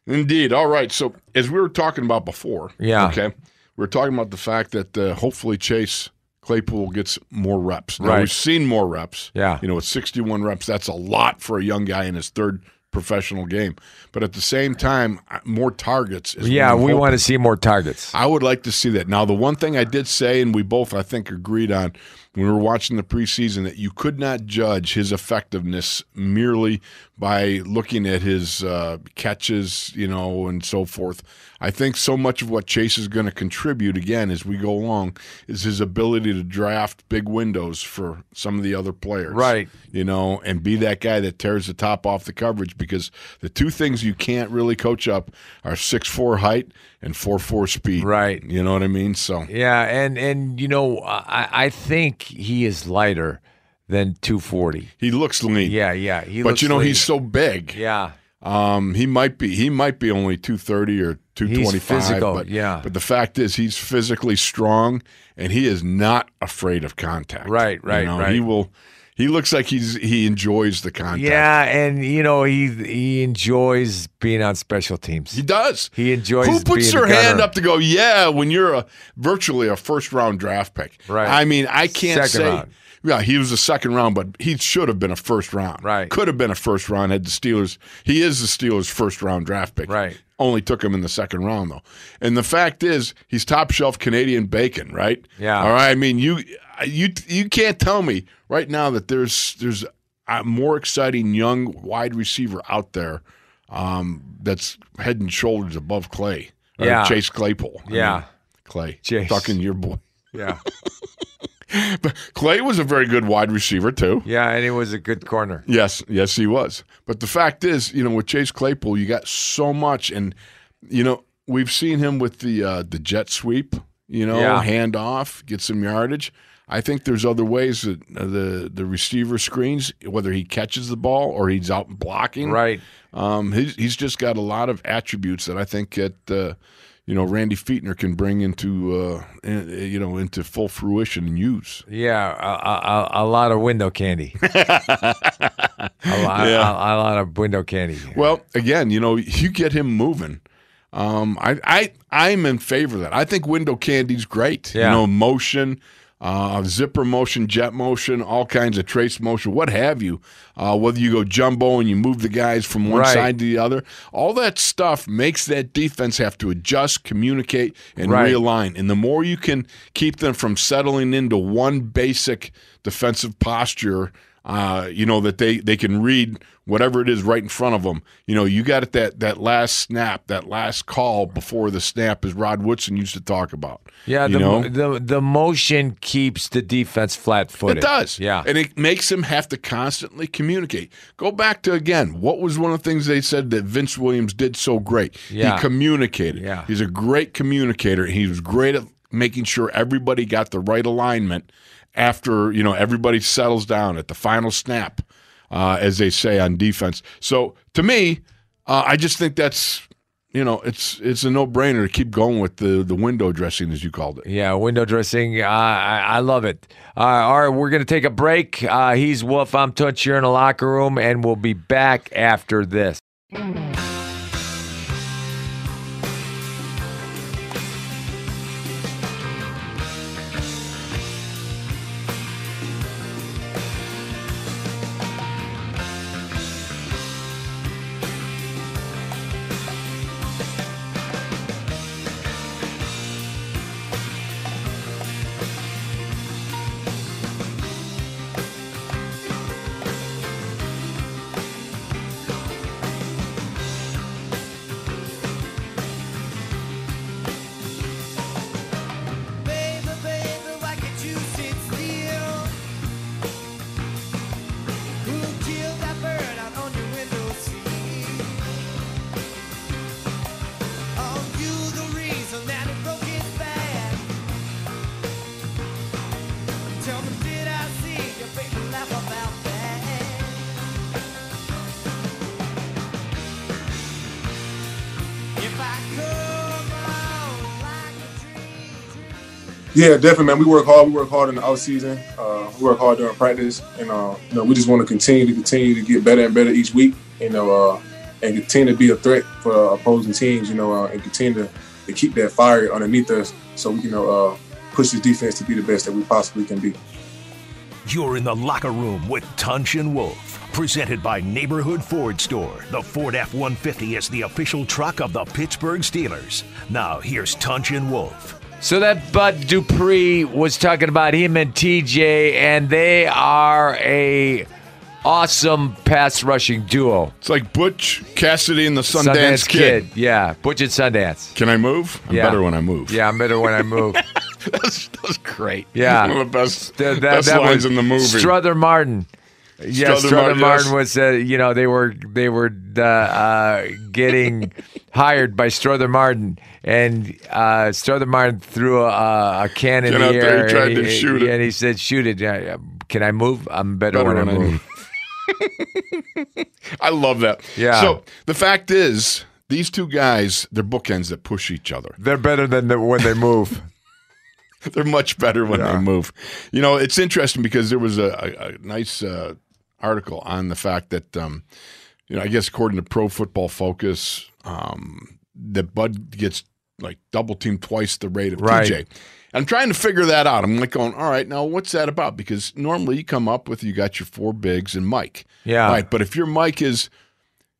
Speaker 3: Indeed. All right. So as we were talking about before,
Speaker 2: Yeah.
Speaker 3: okay, we were talking about the fact that uh, hopefully Chase Claypool gets more reps. Now,
Speaker 2: Right.
Speaker 3: We've seen more reps.
Speaker 2: Yeah.
Speaker 3: You know, with 61 reps, that's a lot for a young guy in his third professional game. But at the same time, uh, more targets. Is
Speaker 2: Yeah,
Speaker 3: what I'm
Speaker 2: we
Speaker 3: hoping.
Speaker 2: want to see more targets.
Speaker 3: I would like to see that. Now, the one thing I did say, and we both, I think, agreed on when we were watching the preseason, that you could not judge his effectiveness merely by looking at his uh, catches, you know, and so forth. I think so much of what Chase is going to contribute, again, as we go along, is his ability to draft big windows for some of the other players
Speaker 2: Right.
Speaker 3: you know, and be that guy that tears the top off the coverage because the two things you can't really coach up are six four height and four four speed.
Speaker 2: Right.
Speaker 3: You know what I mean? So
Speaker 2: Yeah, and and you know, I I think he is lighter than 240.
Speaker 3: he looks lean.
Speaker 2: Yeah, yeah. He
Speaker 3: But
Speaker 2: looks
Speaker 3: you know,
Speaker 2: lean.
Speaker 3: he's so big.
Speaker 2: yeah,
Speaker 3: Um, he might be he might be only two thirty or two twenty five.
Speaker 2: physical,
Speaker 3: but,
Speaker 2: yeah.
Speaker 3: But the fact is, he's physically strong, and he is not afraid of contact.
Speaker 2: Right,
Speaker 3: You
Speaker 2: right,
Speaker 3: know,
Speaker 2: right.
Speaker 3: He will. He looks like he's he enjoys the contact.
Speaker 2: yeah, and you know he he enjoys being on special teams.
Speaker 3: He does.
Speaker 2: He enjoys
Speaker 3: Who puts
Speaker 2: being
Speaker 3: their
Speaker 2: a gunner.
Speaker 3: hand up to go? Yeah, when you're a virtually a first round draft pick.
Speaker 2: Right.
Speaker 3: I mean, I can't
Speaker 2: Second
Speaker 3: say.
Speaker 2: round.
Speaker 3: Yeah, he was a second round, but he should have been a first round.
Speaker 2: Right.
Speaker 3: Could have been a first round had the Steelers. He is the Steelers' first round draft pick.
Speaker 2: Right.
Speaker 3: Only took him in the second round though. And the fact is, he's top shelf Canadian bacon, right?
Speaker 2: Yeah.
Speaker 3: All right. I mean, you you you can't tell me right now that there's there's a more exciting young wide receiver out there um, that's head and shoulders above Clay. or
Speaker 2: Yeah.
Speaker 3: Chase Claypool. I
Speaker 2: Yeah.
Speaker 3: mean, Clay.
Speaker 2: Chase.
Speaker 3: Fucking your boy.
Speaker 2: Yeah.
Speaker 3: But Clay was a very good wide receiver too.
Speaker 2: Yeah, and it was a good corner.
Speaker 3: Yes, yes, he was. But the fact is, you know, with Chase Claypool, you got so much, and you know, we've seen him with the uh, the jet sweep. You know,
Speaker 2: Yeah.
Speaker 3: hand off, get some yardage. I think there's other ways that uh, the the receiver screens, whether he catches the ball or he's out blocking.
Speaker 2: Right.
Speaker 3: Um, he's he's just got a lot of attributes that I think that uh, you know Randy Feetner can bring into uh, in- you know into full fruition and use.
Speaker 2: Yeah, a, a, a- a lot of window candy. a, lot,
Speaker 3: Yeah.
Speaker 2: a, a lot of window candy.
Speaker 3: Well, again, you know, you get him moving. Um, I, I, I'm in favor of that. I think window candy's great.
Speaker 2: Yeah.
Speaker 3: You know, motion, uh, zipper motion, jet motion, all kinds of trace motion, what have you. Uh, whether you go jumbo and you move the guys from one
Speaker 2: Right.
Speaker 3: side to the other, all that stuff makes that defense have to adjust, communicate, and
Speaker 2: Right.
Speaker 3: realign. And the more you can keep them from settling into one basic defensive posture, uh, you know that they they can read whatever it is right in front of them. You know, you got it that that last snap, that last call before the snap, as Rod Woodson used to talk about.
Speaker 2: yeah,
Speaker 3: you
Speaker 2: the,
Speaker 3: know?
Speaker 2: mo- the the motion keeps the defense flat footed.
Speaker 3: It does.
Speaker 2: Yeah.
Speaker 3: And it makes him have to constantly communicate. Go back to again, what was one of the things they said that Vince Williams did so great?
Speaker 2: Yeah.
Speaker 3: He communicated.
Speaker 2: Yeah.
Speaker 3: He's a great communicator. He was great at making sure everybody got the right alignment after, you know, everybody settles down at the final snap, uh, as they say on defense. So to me, uh, I just think that's you know, it's it's a no brainer to keep going with the the window dressing as you called it.
Speaker 2: Yeah, window dressing. Uh, I, I love it. Uh, all right, we're going to take a break. Uh, he's Wolf. I'm Tunch here in the locker room, and we'll be back after this.
Speaker 4: Baby, baby, why can't you sit still? Who killed that bird out on your windowsill? Are you the reason that it broke its back? Tell me, did I see your baby laugh about that? If I come out like a dream.
Speaker 5: Yeah, definitely, man. We work hard. We work hard in the off season. Uh, we work hard during practice, and uh, you know, we just want to continue to continue to get better and better each week. You know, uh, and continue to be a threat for opposing teams. You know, uh, and continue to, to keep that fire underneath us, so we can uh, push this defense to be the best that we possibly can be.
Speaker 1: You're in the locker room with Tunch and Wolf. Presented by Neighborhood Ford Store. The Ford F 150 is the official truck of the Pittsburgh Steelers. Now, here's Tunch and Wolf.
Speaker 2: So that Bud Dupree was talking about him and TJ, and they are a awesome pass rushing duo.
Speaker 3: It's like Butch Cassidy and the Sundance, Kid.
Speaker 2: yeah, Butch and Sundance.
Speaker 3: Can I move? I'm
Speaker 2: Yeah.
Speaker 3: better when I move.
Speaker 2: Yeah, I'm better when I move.
Speaker 3: that's, that's great.
Speaker 2: Yeah.
Speaker 3: one of the best,
Speaker 2: Th-
Speaker 3: best lines
Speaker 2: was
Speaker 3: in the movie.
Speaker 2: Strother Martin. Yeah,
Speaker 3: Strother
Speaker 2: Strother,
Speaker 3: Martin,
Speaker 2: Martin,
Speaker 3: yes.
Speaker 2: was, uh, you know, they were they were uh, uh, getting hired by Strother Martin, and uh, Strother Martin threw a, a can in
Speaker 3: Get
Speaker 2: the
Speaker 3: out
Speaker 2: air,
Speaker 3: there, he tried
Speaker 2: and,
Speaker 3: to shoot it.
Speaker 2: and he said, "Shoot it! Yeah, Can I move? I'm better, when, I move."
Speaker 3: I love that.
Speaker 2: Yeah.
Speaker 3: So the fact is, these two guys, they're bookends that push each other.
Speaker 2: They're better than the, when they move.
Speaker 3: They're much better when
Speaker 2: Yeah.
Speaker 3: they move. You know, it's interesting because there was a, a, a nice uh, article on the fact that, um, you know, I guess according to Pro Football Focus, um, that Bud gets like double teamed twice the rate of
Speaker 2: Right.
Speaker 3: TJ. I'm trying to figure that out. I'm like going, all right, now what's that about? Because normally you come up with you got your four bigs and Mike.
Speaker 2: Yeah.
Speaker 3: Right. But if your Mike is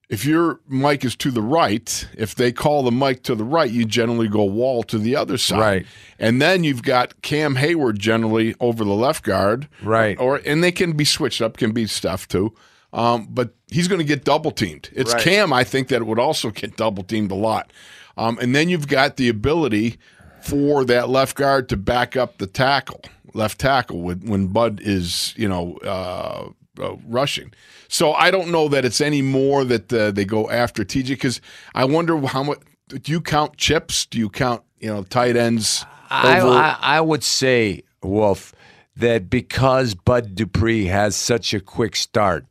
Speaker 3: If your mic is to the right, if they call the mic to the right, you generally go wall to the other side.
Speaker 2: Right.
Speaker 3: And then you've got Cam Hayward generally over the left guard.
Speaker 2: Right.
Speaker 3: Or and they can be switched up, can be stuff too. Um, but he's going to get double teamed. It's
Speaker 2: Right.
Speaker 3: Cam, I think, that would also get double teamed a lot. Um, and then you've got the ability for that left guard to back up the tackle, left tackle, when, when Bud is, you know, uh, uh, rushing. So I don't know that it's any more that uh, they go after TJ because I wonder how much. Do you count chips? Do you count, you know, tight ends?
Speaker 2: I,
Speaker 3: over-
Speaker 2: I, I would say, Wolf, that because Bud Dupree has such a quick start,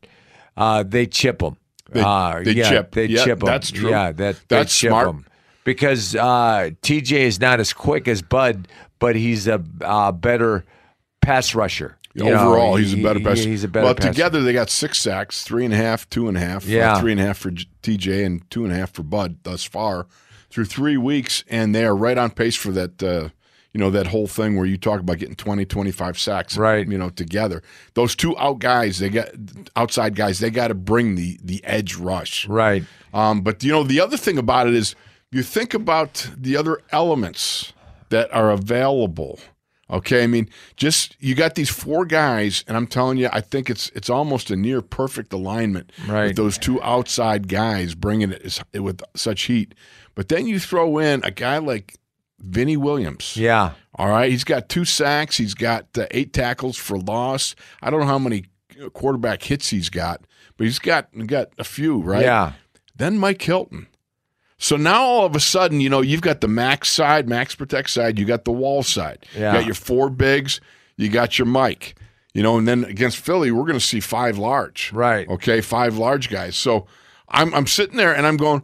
Speaker 2: uh, they chip him. They, uh,
Speaker 3: they
Speaker 2: yeah,
Speaker 3: chip.
Speaker 2: They
Speaker 3: Yeah,
Speaker 2: chip him.
Speaker 3: that's true.
Speaker 2: Yeah, that,
Speaker 3: That's
Speaker 2: they chip
Speaker 3: smart.
Speaker 2: him. Because uh, TJ is not as quick as Bud, but he's a uh, better pass rusher. You know,
Speaker 3: Overall,
Speaker 2: he-
Speaker 3: he's a better
Speaker 2: he-
Speaker 3: passer.
Speaker 2: He's a better
Speaker 3: Well,
Speaker 2: passer.
Speaker 3: together they got six sacks, three and a half, two and a half, uh,
Speaker 2: Yeah.
Speaker 3: three and a half for J- TJ and two and a half for Bud thus far through three weeks, and they are right on pace for that. Uh, you know that whole thing where you talk about getting 20, 25 sacks,
Speaker 2: Right.
Speaker 3: You know together those two out guys, they got outside guys, they got to bring the the edge rush,
Speaker 2: Right.
Speaker 3: um, but you know, the other thing about it is you think about the other elements that are available. Okay, I mean, just you got these four guys, and I'm telling you, I think it's it's almost a near perfect alignment
Speaker 2: Right.
Speaker 3: with those two outside guys bringing it, as- with such heat. But then you throw in a guy like Vinny Williams.
Speaker 2: Yeah.
Speaker 3: All right. He's got two sacks. He's got uh, eight tackles for loss. I don't know how many uh, quarterback hits he's got, but he's got got a few, right?
Speaker 2: Yeah.
Speaker 3: then Mike Hilton. So now all of a sudden, you know, you've got the max side, max protect side, you got the wall side.
Speaker 2: Yeah.
Speaker 3: You got your four bigs, you got your Mike. You know, and then against Philly, we're going to see five large.
Speaker 2: Right.
Speaker 3: Okay, five large guys. So I'm I'm sitting there and I'm going,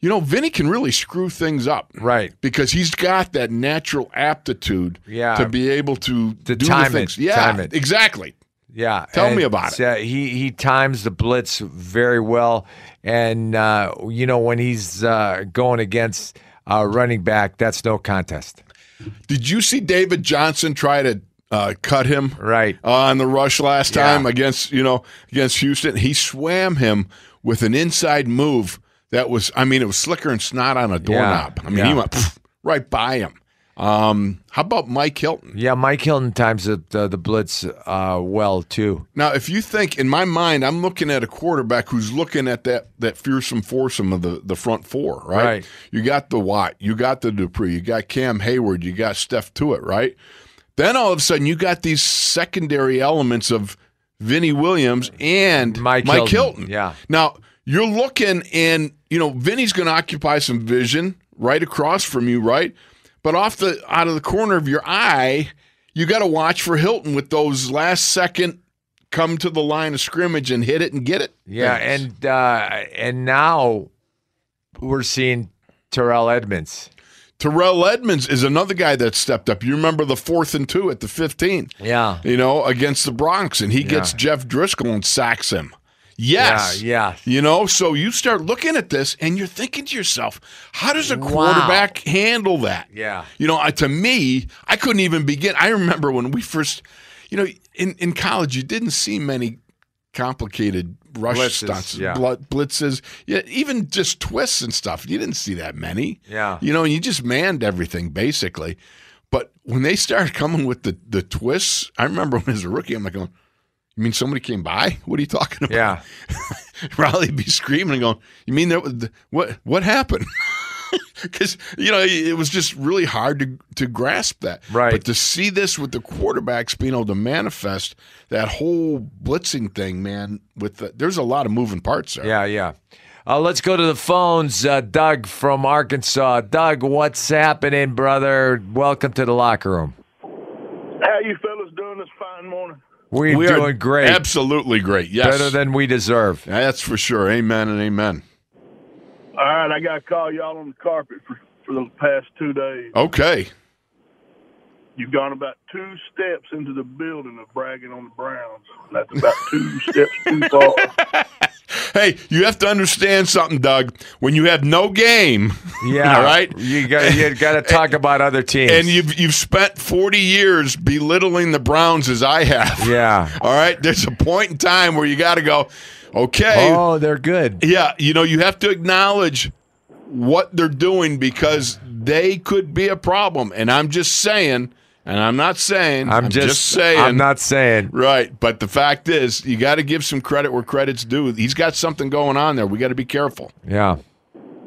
Speaker 3: you know, Vinny can really screw things up.
Speaker 2: Right.
Speaker 3: Because he's got that natural aptitude
Speaker 2: Yeah.
Speaker 3: to be able to,
Speaker 2: To
Speaker 3: do
Speaker 2: time
Speaker 3: the
Speaker 2: it,
Speaker 3: things. Yeah,
Speaker 2: time it.
Speaker 3: exactly.
Speaker 2: Yeah.
Speaker 3: Tell
Speaker 2: and
Speaker 3: me about it.
Speaker 2: so He he times the blitz very well, and uh, you know when he's uh, going against a running back, that's no contest.
Speaker 3: Did you see David Johnson try to uh, cut him?
Speaker 2: Right.
Speaker 3: on the rush last
Speaker 2: Yeah.
Speaker 3: time against you know against Houston. He swam him with an inside move that was I mean it was slicker and snot on a doorknob. I mean he
Speaker 2: Yeah.
Speaker 3: went pff, right by him. Um, how about Mike Hilton?
Speaker 2: Yeah, Mike Hilton times the the, the blitz uh, well too.
Speaker 3: Now, if you think in my mind, I'm looking at a quarterback who's looking at that that fearsome foursome of the, the front four, right?
Speaker 2: Right.
Speaker 3: You got the Watt, you got the Dupree, you got Cam Hayward, you got Steph Tuitt, right? Then all of a sudden, you got these secondary elements of Vinny Williams and
Speaker 2: Mike
Speaker 3: Mike
Speaker 2: Hilton,
Speaker 3: Hilton.
Speaker 2: yeah.
Speaker 3: Now you're looking, and you know Vinny's going to occupy some vision right across from you, right? But off the out of the corner of your eye, you got to watch for Hilton with those last second come to the line of scrimmage and hit it and get it.
Speaker 2: Yeah,
Speaker 3: things.
Speaker 2: and uh, and now we're seeing Terrell Edmonds.
Speaker 3: Terrell Edmonds is another guy that stepped up. You remember the fourth and two at the 15,
Speaker 2: Yeah.
Speaker 3: you know, against the Bronx, and he gets
Speaker 2: Yeah.
Speaker 3: Jeff Driscoll and sacks him. Yes.
Speaker 2: Yeah, yeah.
Speaker 3: You know, so you start looking at this and you're thinking to yourself, how does a quarterback handle that?
Speaker 2: Yeah.
Speaker 3: You know, I- to me, I couldn't even begin. I remember when we first, you know, in, in college, you didn't see many complicated rush
Speaker 2: Blitzes,
Speaker 3: stunts,
Speaker 2: yeah.
Speaker 3: bl- blitzes, yeah, even just twists and stuff. You didn't see that many.
Speaker 2: Yeah.
Speaker 3: You know, you just manned everything basically. But when they started coming with the, the twists, I remember when as a rookie, I'm like going, you mean somebody came by? What are you talking about?
Speaker 2: Yeah.
Speaker 3: probably be screaming and going, "You mean that? Was, what what happened?" Because you know it was just really hard to to grasp that.
Speaker 2: Right.
Speaker 3: But to see this with the quarterbacks being able to manifest that whole blitzing thing, man, with the, there's a lot of moving parts there.
Speaker 2: Yeah, yeah. Uh, let's go to the phones. Uh, Doug from Arkansas. Doug, what's happening, brother? Welcome to the locker room.
Speaker 7: How you fellas doing this fine morning?
Speaker 2: We're
Speaker 3: We are
Speaker 2: doing great.
Speaker 3: Absolutely great. Yes.
Speaker 2: Better than we deserve.
Speaker 3: That's for sure. Amen and amen.
Speaker 7: All right, I got to call y'all on the carpet for, for the past two days.
Speaker 3: Okay.
Speaker 7: You've gone about two steps into the building of bragging on the Browns. That's about two steps too far.
Speaker 3: Hey, you have to understand something, Doug. When you have no game,
Speaker 2: Yeah.
Speaker 3: all right,
Speaker 2: You got you got to talk about other teams.
Speaker 3: and you've you've spent forty years belittling the Browns as I have.
Speaker 2: Yeah.
Speaker 3: All right. There's a point in time where you got to go. Okay.
Speaker 2: oh, they're good.
Speaker 3: Yeah, you know, you have to acknowledge what they're doing because they could be a problem. And I'm just saying, and I'm not saying,
Speaker 2: I'm, just,
Speaker 3: saying,
Speaker 2: I'm not saying.
Speaker 3: right. But the fact is, you got to give some credit where credit's due. He's got something going on there. We got to be careful.
Speaker 2: Yeah.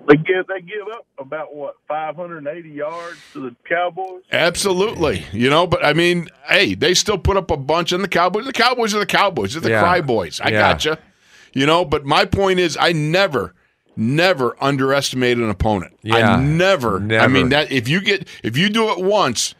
Speaker 7: They give they give up about what 580 yards to the Cowboys.
Speaker 3: Absolutely, you know, but I mean, hey, they still put up a bunch on the Cowboys. The Cowboys are the Cowboys. They're the
Speaker 2: Yeah.
Speaker 3: cry boys. I
Speaker 2: Yeah.
Speaker 3: gotcha, you know. But my point is, I never, never underestimate an opponent.
Speaker 2: Yeah.
Speaker 3: I never, I
Speaker 2: Never.
Speaker 3: mean that if you get if you do it once,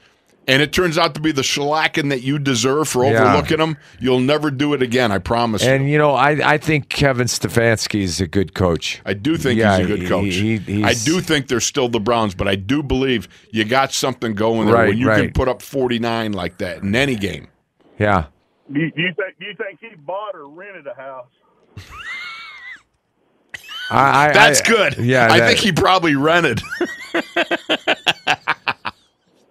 Speaker 3: and it turns out to be the shellacking that you deserve for
Speaker 2: Yeah.
Speaker 3: overlooking them, you'll never do it again. I promise. you.
Speaker 2: And you know, I I think Kevin Stefanski is a good coach.
Speaker 3: I do think
Speaker 2: Yeah,
Speaker 3: he's a good
Speaker 2: he-
Speaker 3: coach.
Speaker 2: he- he's-
Speaker 3: I do think they're still the Browns, but I do believe you got something going there
Speaker 2: Right,
Speaker 3: when you can
Speaker 2: right.
Speaker 3: put up 49 like that in any game.
Speaker 2: Yeah.
Speaker 7: Do you, do you think do you think he bought or rented a house?
Speaker 2: I, I
Speaker 3: That's
Speaker 2: I-
Speaker 3: good.
Speaker 2: Yeah.
Speaker 3: I
Speaker 2: that-
Speaker 3: think he probably rented.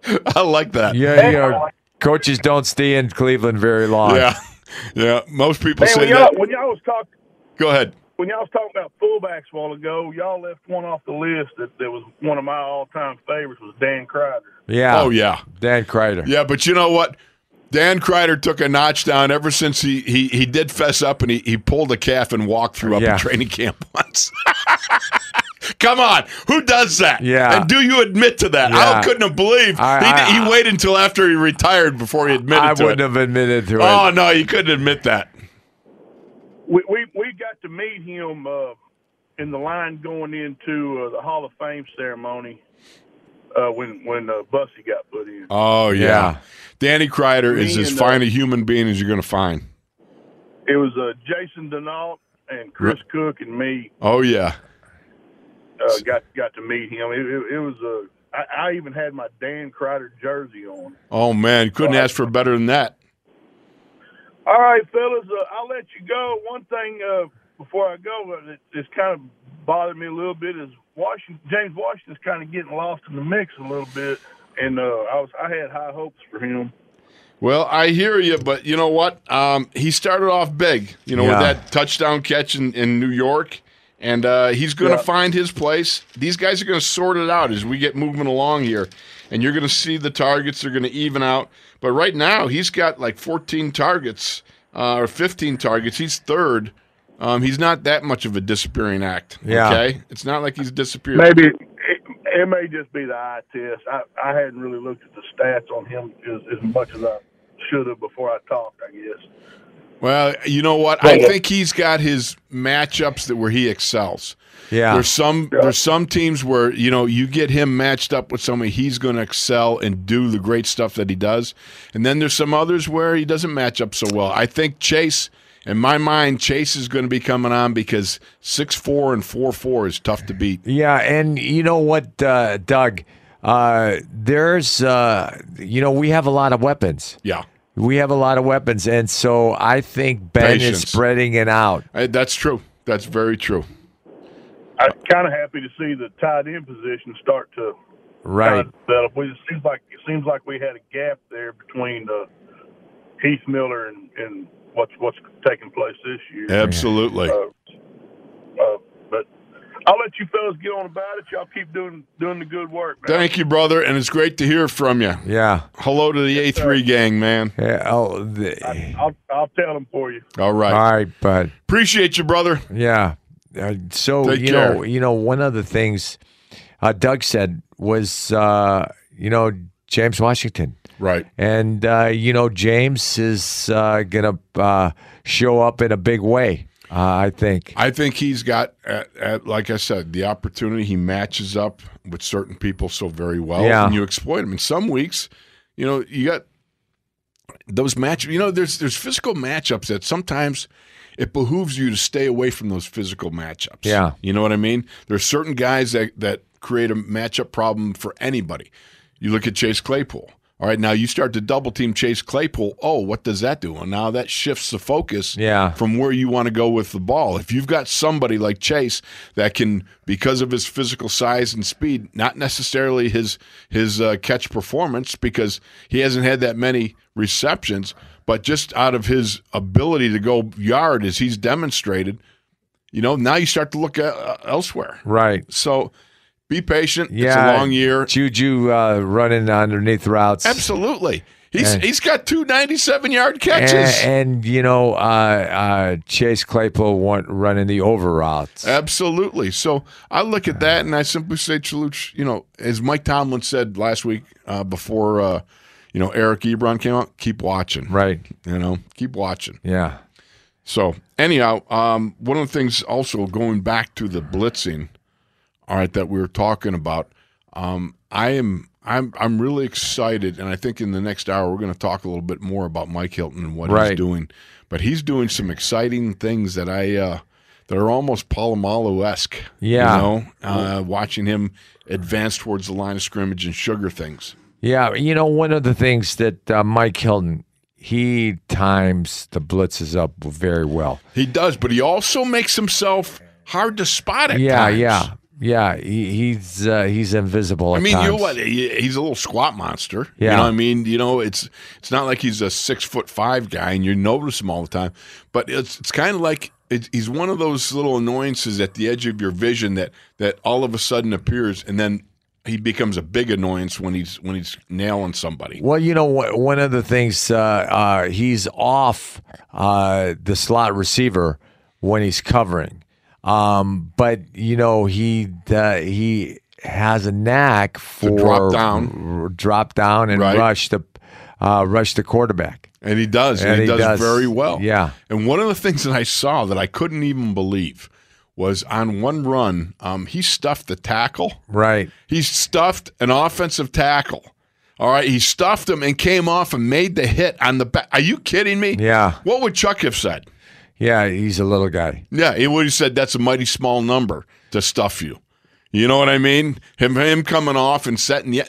Speaker 3: I like that.
Speaker 2: Yeah, you know, coaches don't stay in Cleveland very long.
Speaker 3: yeah, Yeah. Most people
Speaker 7: Man,
Speaker 3: say
Speaker 7: when
Speaker 3: that.
Speaker 7: y'all, when y'all was talking
Speaker 3: Go ahead.
Speaker 7: when y'all was talking about fullbacks a while ago, y'all left one off the list that, that was one of my all time favorites was Dan Kreider.
Speaker 2: Yeah.
Speaker 3: Oh yeah,
Speaker 2: Dan Kreider.
Speaker 3: yeah. But you know what? Dan Kreider took a notch down ever since he he, he did fess up and he, he pulled a calf and walked through up
Speaker 2: Yeah.
Speaker 3: in training camp once. Come on, who does that?
Speaker 2: Yeah.
Speaker 3: And do you admit to that?
Speaker 2: Yeah.
Speaker 3: I couldn't have believed
Speaker 2: I-
Speaker 3: he,
Speaker 2: I-
Speaker 3: he waited until after he retired before he admitted
Speaker 2: I
Speaker 3: to
Speaker 2: wouldn't
Speaker 3: it.
Speaker 2: have admitted to
Speaker 3: Oh
Speaker 2: it.
Speaker 3: no, you couldn't admit that.
Speaker 7: We we we got to meet him uh, in the line going into uh, the Hall of Fame ceremony uh, when when uh, Bussy got put in.
Speaker 3: Oh yeah.
Speaker 2: Yeah.
Speaker 3: Danny Kreider is
Speaker 7: Me
Speaker 3: as
Speaker 7: and, uh,
Speaker 3: fine a human being as you're going to find.
Speaker 7: It was uh, Jason Denault and Chris Cook and me
Speaker 3: Oh yeah.
Speaker 7: uh, got got to meet him. It, it, it was a I, I even had my Dan Kreider jersey on.
Speaker 3: Oh man, couldn't ask for better than that.
Speaker 7: All right, fellas, uh, I'll let you go. One thing uh, before I go uh, that that's kind of bothered me a little bit is Washington. James Washington's kind of getting lost in the mix a little bit, and uh, I was I had high hopes for him.
Speaker 3: Well, I hear you, but you know what? Um, he started off big, you know,
Speaker 2: Yeah.
Speaker 3: with that touchdown catch in, in New York, and uh, he's going to
Speaker 7: Yeah.
Speaker 3: find his place. These guys are going to sort it out as we get moving along here, and you're going to see the targets are going to even out. But right now, he's got like 14 targets uh, or 15 targets. He's third. Um, he's not that much of a disappearing act.
Speaker 2: Yeah.
Speaker 3: Okay, it's not like he's disappeared.
Speaker 7: Maybe it, it may just be the eye test. I, I hadn't really looked at the stats on him as, as much as I should have before I talked. I guess.
Speaker 3: Well, you know what? I think he's got his matchups that where he excels.
Speaker 2: Yeah.
Speaker 3: There's some there's some teams where you know you get him matched up with somebody he's going to excel and do the great stuff that he does, and then there's some others where he doesn't match up so well. I think Chase, in my mind, Chase is going to be coming on because six four and four four is tough to beat.
Speaker 2: Yeah, and you know what, uh, Doug? Uh, there's, uh, you know, we have a lot of weapons.
Speaker 3: Yeah,
Speaker 2: We have a lot of weapons, and so I think Ben
Speaker 3: Patience.
Speaker 2: is spreading it out.
Speaker 3: I- that's true. That's very true.
Speaker 7: I'm kind of happy to see the tight end position start to
Speaker 2: Right.
Speaker 7: kind of develop. We, it seems like it seems like we had a gap there between uh, Heath Miller and, and what's what's taking place this year.
Speaker 3: Absolutely.
Speaker 7: Uh, but I'll let you fellas get on about it. Y'all keep doing doing the good work, man.
Speaker 3: Thank you, brother, and it's great to hear from you.
Speaker 2: Yeah.
Speaker 3: Hello to the A three gang, man.
Speaker 2: yeah. Oh, the,
Speaker 7: I'll I'll tell them for you.
Speaker 3: All right.
Speaker 2: all right, but
Speaker 3: Appreciate you, brother.
Speaker 2: yeah. Uh, so
Speaker 3: Take
Speaker 2: you know,
Speaker 3: care.
Speaker 2: you know, one of the things uh, Doug said was, uh, you know, James Washington.
Speaker 3: Right.
Speaker 2: And uh, you know, James is uh, gonna uh, show up in a big way. Uh, I think.
Speaker 3: I think he's got, uh uh like I said, the opportunity. He matches up with certain people so very well,
Speaker 2: Yeah.
Speaker 3: and you exploit him. In some weeks, you know, you got those match. You know, there's there's physical matchups that sometimes it behooves you to stay away from those physical matchups.
Speaker 2: Yeah.
Speaker 3: you know what I mean. There's certain guys that that create a matchup problem for anybody. You look at Chase Claypool. All right, now you start to double team Chase Claypool. Oh, what does that do? And now that shifts the focus
Speaker 2: Yeah.
Speaker 3: from where you want to go with the ball. If you've got somebody like Chase that can, because of his physical size and speed, not necessarily his his uh, catch performance, because he hasn't had that many receptions, but just out of his ability to go yard as he's demonstrated, you know, now you start to look at, uh, elsewhere.
Speaker 2: Right.
Speaker 3: So be patient.
Speaker 2: Yeah.
Speaker 3: It's a long year.
Speaker 2: Juju uh, running underneath routes.
Speaker 3: Absolutely. He's
Speaker 2: And-
Speaker 3: he's got two 97 yard
Speaker 2: And,
Speaker 3: catches.
Speaker 2: and, you know, uh, uh, Chase Claypool want, running the over routes.
Speaker 3: Absolutely. So I look at that and I simply say, Chaluch, you know, as Mike Tomlin said last week uh, before, uh, you know, Eric Ebron came out, keep watching.
Speaker 2: right.
Speaker 3: You know, keep watching.
Speaker 2: Yeah.
Speaker 3: So anyhow, um, one of the things also going back to the blitzing, all right, that we were talking about. Um, I am I'm I'm really excited, and I think in the next hour we're going to talk a little bit more about Mike Hilton and what
Speaker 2: Right.
Speaker 3: he's doing. But he's doing some exciting things that I uh, that are almost Palomalu esque.
Speaker 2: Yeah.
Speaker 3: you know, uh, watching him advance towards the line of scrimmage and sugar things.
Speaker 2: Yeah, you know, one of the things that uh, Mike Hilton he times the blitzes up very well.
Speaker 3: He does, but he also makes himself hard to spot at
Speaker 2: yeah,
Speaker 3: times.
Speaker 2: yeah, yeah. He, he's uh, he's invisible.
Speaker 3: I
Speaker 2: at
Speaker 3: mean, you know
Speaker 2: times.
Speaker 3: what? He- He's a little squat monster.
Speaker 2: Yeah.
Speaker 3: You know what I mean? You know, it's it's not like he's a six foot five guy and you notice him all the time. But it's it's kind of like it, he's one of those little annoyances at the edge of your vision that that all of a sudden appears and then he becomes a big annoyance when he's when he's nailing somebody.
Speaker 2: Well, you know, wh- one of the things uh, uh, he's off uh, the slot receiver when he's covering, um, but you know he uh, he has a knack for
Speaker 3: drop down.
Speaker 2: r- drop down and
Speaker 3: Right.
Speaker 2: rush the uh, rush the quarterback.
Speaker 3: And he does. And,
Speaker 2: And he
Speaker 3: he,
Speaker 2: does.
Speaker 3: does, very well.
Speaker 2: Yeah.
Speaker 3: And one of the things that I saw that I couldn't even believe was on one run, um, he stuffed the tackle.
Speaker 2: Right.
Speaker 3: He stuffed an offensive tackle. All right, he stuffed him and came off and made the hit on the back. Are you kidding me?
Speaker 2: Yeah.
Speaker 3: What would Chuck have said?
Speaker 2: Yeah, he's a little guy.
Speaker 3: Yeah, he would have said that's a mighty small number to stuff you. You know what I mean? Him him coming off and setting the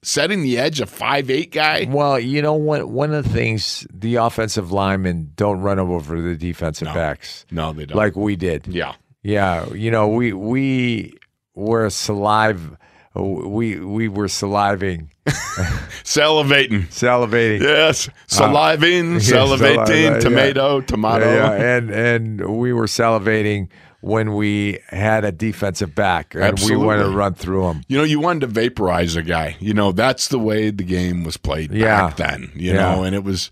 Speaker 3: setting the edge a five eight guy.
Speaker 2: Well, you know what? One of the things the offensive linemen don't run over the defensive backs
Speaker 3: No, they don't.
Speaker 2: like we did.
Speaker 3: yeah,
Speaker 2: Yeah, you know, we we were salive. We we were saliving,
Speaker 3: salivating.
Speaker 2: salivating.
Speaker 3: Yes, saliving, salivating,
Speaker 2: saliva-
Speaker 3: tomato, tomato.
Speaker 2: Yeah, and and we were salivating when we had a defensive back, and we wanted to
Speaker 3: Absolutely.
Speaker 2: run through him.
Speaker 3: You know, you wanted to vaporize a guy. You know, that's the way the game was played
Speaker 2: Yeah.
Speaker 3: back then. You
Speaker 2: Yeah.
Speaker 3: know, and it was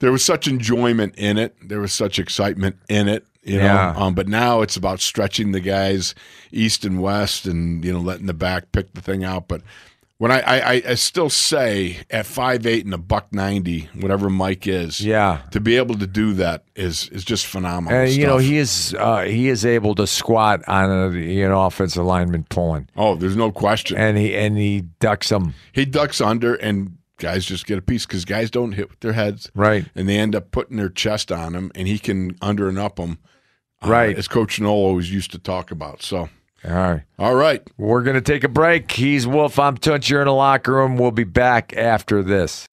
Speaker 3: there was such enjoyment in it. There was such excitement in it. You know,
Speaker 2: Yeah.
Speaker 3: um, but now it's about stretching the guys east and west, and you know, letting the back pick the thing out. But when I I, I- I still say at five eight and a buck ninety, whatever Mike is,
Speaker 2: Yeah,
Speaker 3: to be able to do that is is just phenomenal.
Speaker 2: and you know
Speaker 3: stuff.
Speaker 2: he is uh, he is able to squat on a, an offensive lineman pulling,
Speaker 3: oh, there's no question.
Speaker 2: and he and he ducks him
Speaker 3: he ducks under and guys just get a piece because guys don't hit with their heads
Speaker 2: right.
Speaker 3: and they end up putting their chest on him and he can under and up them
Speaker 2: Right.
Speaker 3: as coach noel always used to talk about so
Speaker 2: All right.
Speaker 3: all right
Speaker 2: We're going to take a break. He's Wolf. I'm Tunch. You're in the locker room. We'll be back after this.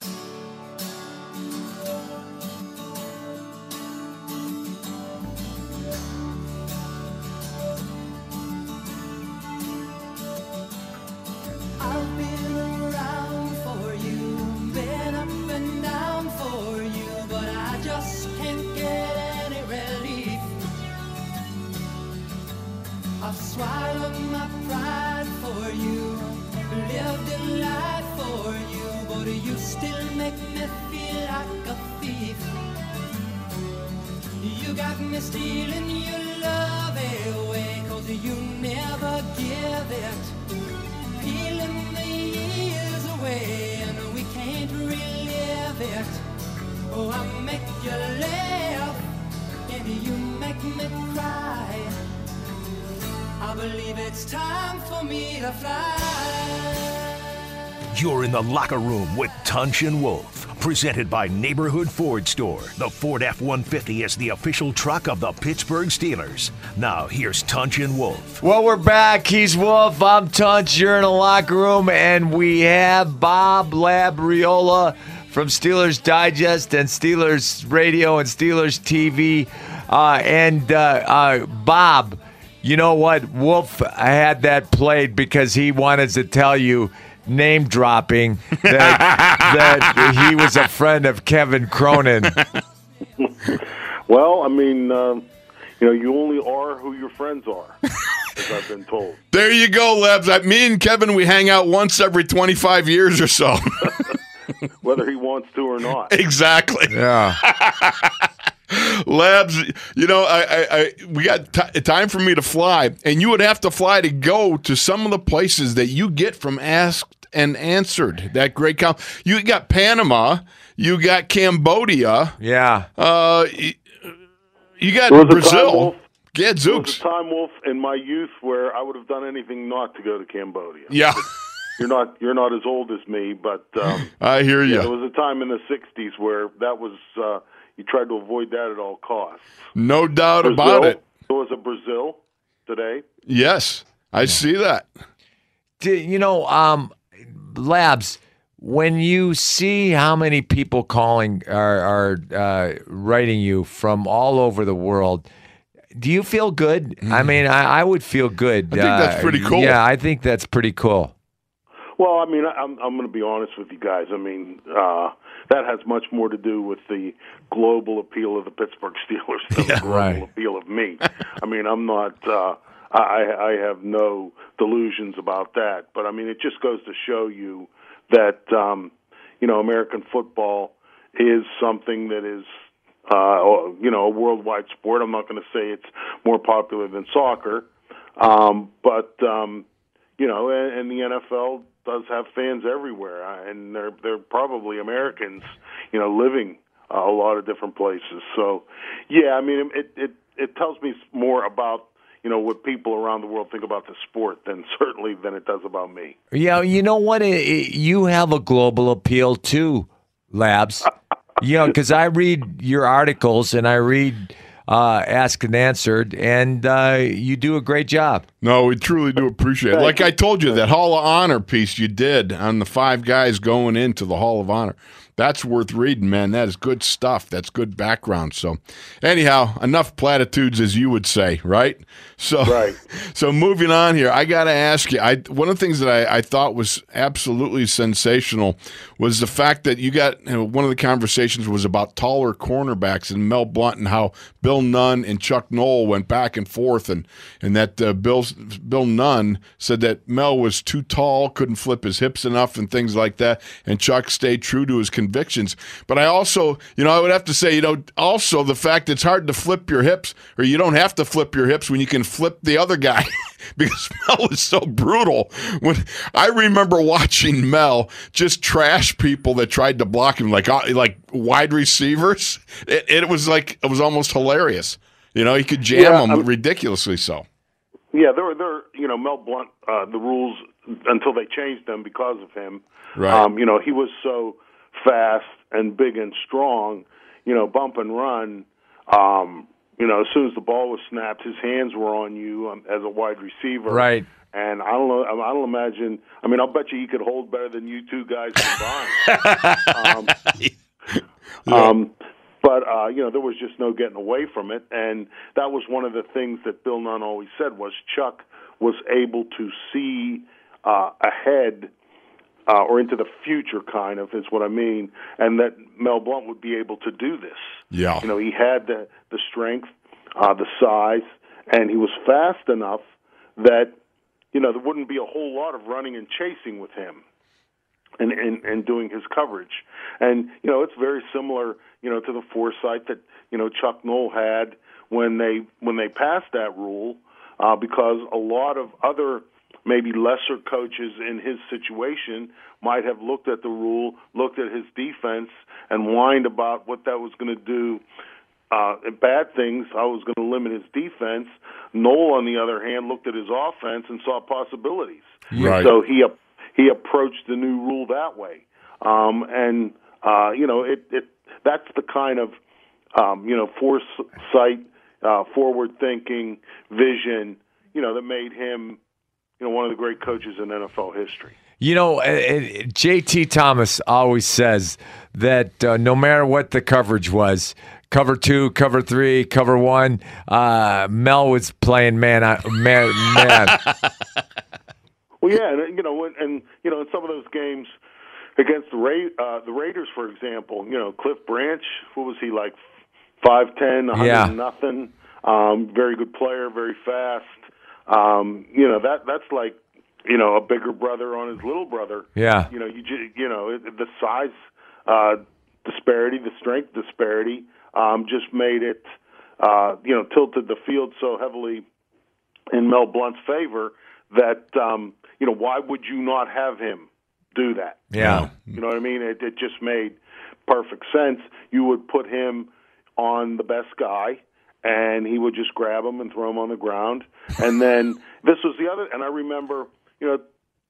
Speaker 4: I've been around for you, been up and down for you, but I just can't get any relief. I've swallowed my pride for you, lived a life for you, but you still make me feel like a thief. You got me stealing your love away, cause you never give it peeling the years away and we can't relive it. Oh, I make you laugh and you make me cry. I believe it's time for me to fly.
Speaker 1: You're in the locker room with Tunch and Wolf, presented by Neighborhood Ford Store. The Ford F 150 is the official truck of the Pittsburgh Steelers. Now, here's Tunch Wolf.
Speaker 2: Well, we're back. He's Wolf. I'm Tunch. You're in the locker room, and we have Bob Labriola from Steelers Digest and Steelers Radio and Steelers TV. Uh, and uh, uh, Bob, you know what? Wolf had that played because he wanted to tell you. Name dropping that, that he was a friend of Kevin Cronin.
Speaker 8: Well, I mean, um, you know, you only are who your friends are, as I've been told.
Speaker 3: There you go, Lebs. I, me and Kevin, we hang out once every 25 years or so.
Speaker 8: Whether he wants to or not,
Speaker 3: exactly.
Speaker 2: Yeah.
Speaker 3: Labs, you know, I, I, I we got ti time for me to fly, and you would have to fly to go to some of the places that you get from asked and answered. That great com. You got Panama, you got Cambodia,
Speaker 2: Yeah.
Speaker 3: uh, y- you
Speaker 8: It
Speaker 3: got
Speaker 8: was a time
Speaker 3: Brazil.
Speaker 8: wolf.
Speaker 3: Yeah,
Speaker 8: there was
Speaker 3: Zooks.
Speaker 8: a time, Wolf, in my youth where I would have done anything not to go to Cambodia.
Speaker 3: Yeah,
Speaker 8: You're not, you're not as old as me, but um,
Speaker 3: I hear you.
Speaker 8: yeah, there was a time in the '60s where that was uh, you tried to avoid that at all costs.
Speaker 3: no doubt about it.
Speaker 8: There was a Brazil today.
Speaker 3: Yes, I see that.
Speaker 2: Do- you know, um, labs. When you see how many people calling are are uh, writing you from all over the world, do you feel good? I mean, I, I would feel good. I
Speaker 3: Mm. think that's pretty cool.
Speaker 2: Yeah, I think that's pretty cool.
Speaker 8: Well, I mean, I- I'm I'm going to be honest with you guys. I mean, uh, that has much more to do with the global appeal of the Pittsburgh Steelers than the global
Speaker 2: right.
Speaker 8: appeal of me. I mean, I'm not. Uh, I I have no delusions about that. But I mean, it just goes to show you that um, you know American football is something that is. Uh, you know, a worldwide sport. I'm not going to say it's more popular than soccer, um, but um, you know, and, and the NFL does have fans everywhere, uh, and they're they're probably Americans, you know, living uh, a lot of different places. So, yeah, I mean, it it it tells me more about you know what people around the world think about the sport than certainly than it does about me.
Speaker 2: Yeah, you know what? It, it- you have a global appeal too, Labs. You know, because I read your articles and I read uh, Ask and Answered, and uh, you do a great job.
Speaker 3: No, we truly do appreciate it. Like I told you, that Hall of Honor piece you did on the five guys going into the Hall of Honor. That's worth reading, man. That is good stuff. That's good background. So, anyhow, enough platitudes, as you would say, right? So,
Speaker 8: Right.
Speaker 3: so moving on here, I got to ask you. I one of the things that I, I thought was absolutely sensational was the fact that you got you know, one of the conversations was about taller cornerbacks and Mel Blunt and how Bill Nunn and Chuck Knoll went back and forth and and that uh, Bill Bill Nunn said that Mel was too tall, couldn't flip his hips enough, and things like that. And Chuck stayed true to his convictions. But I also, you know, I would have to say, you know, also the fact it's hard to flip your hips, or you don't have to flip your hips when you can flip the other guy, because Mel was so brutal. When I remember watching Mel just trash people that tried to block him, like uh, like wide receivers. It, it was like it was almost hilarious. You know, he could jam
Speaker 8: Yeah,
Speaker 3: them
Speaker 8: I'm-
Speaker 3: ridiculously so.
Speaker 8: Yeah, there were there were, you know Mel Blunt uh, the rules until they changed them because of him.
Speaker 3: Right.
Speaker 8: Um, you know he was so fast and big and strong. You know bump and run. Um, you know as soon as the ball was snapped, his hands were on you um, as a wide receiver.
Speaker 2: Right.
Speaker 8: And I don't know. I don't imagine. I mean, I'll bet you he could hold better than you two guys combined. um, um, but uh, you know, there was just no getting away from it, and that was one of the things that Bill Nunn always said was Chuck was able to see uh, ahead uh, or into the future, kind of is what I mean, and that Mel Blunt would be able to do this.
Speaker 3: Yeah.
Speaker 8: you know, he had the the strength, uh, the size, and he was fast enough that you know there wouldn't be a whole lot of running and chasing with him and, and, and doing his coverage. And, you know, it's very similar, you know, to the foresight that, you know, Chuck Knoll had when they when they passed that rule, uh, because a lot of other maybe lesser coaches in his situation might have looked at the rule, looked at his defense and whined about what that was gonna do uh, bad things. I was going to limit his defense. Noel, on the other hand, looked at his offense and saw possibilities.
Speaker 3: Right.
Speaker 8: So he he approached the new rule that way. Um, and Uh, you know, it, it that's the kind of um, you know foresight, uh, forward thinking, vision. You know, that made him you know one of the great coaches in NFL history.
Speaker 2: You know, uh, uh, JT Thomas always says that uh, no matter what the coverage was, cover two, cover three, cover one, uh, Mel was playing man, on- man, man.
Speaker 8: Well, yeah, and you know, when, and you know, in some of those games against the Ra- uh, the Raiders, for example, you know, Cliff Branch, what was he like, five ten, a hundred
Speaker 2: Yeah.
Speaker 8: nothing, um, very good player, very fast. Um, you know, that that's like, you know, a bigger brother on his little brother.
Speaker 2: Yeah.
Speaker 8: You know, you ju- you know it, the size uh, disparity, the strength disparity, um, just made it, uh, you know, tilted the field so heavily in Mel Blunt's favor that um, you know why would you not have him do that?
Speaker 2: Yeah.
Speaker 8: You know what I mean? It, it just made perfect sense. You would put him on the best guy, and he would just grab him and throw him on the ground. And then this was the other. And I remember, you know,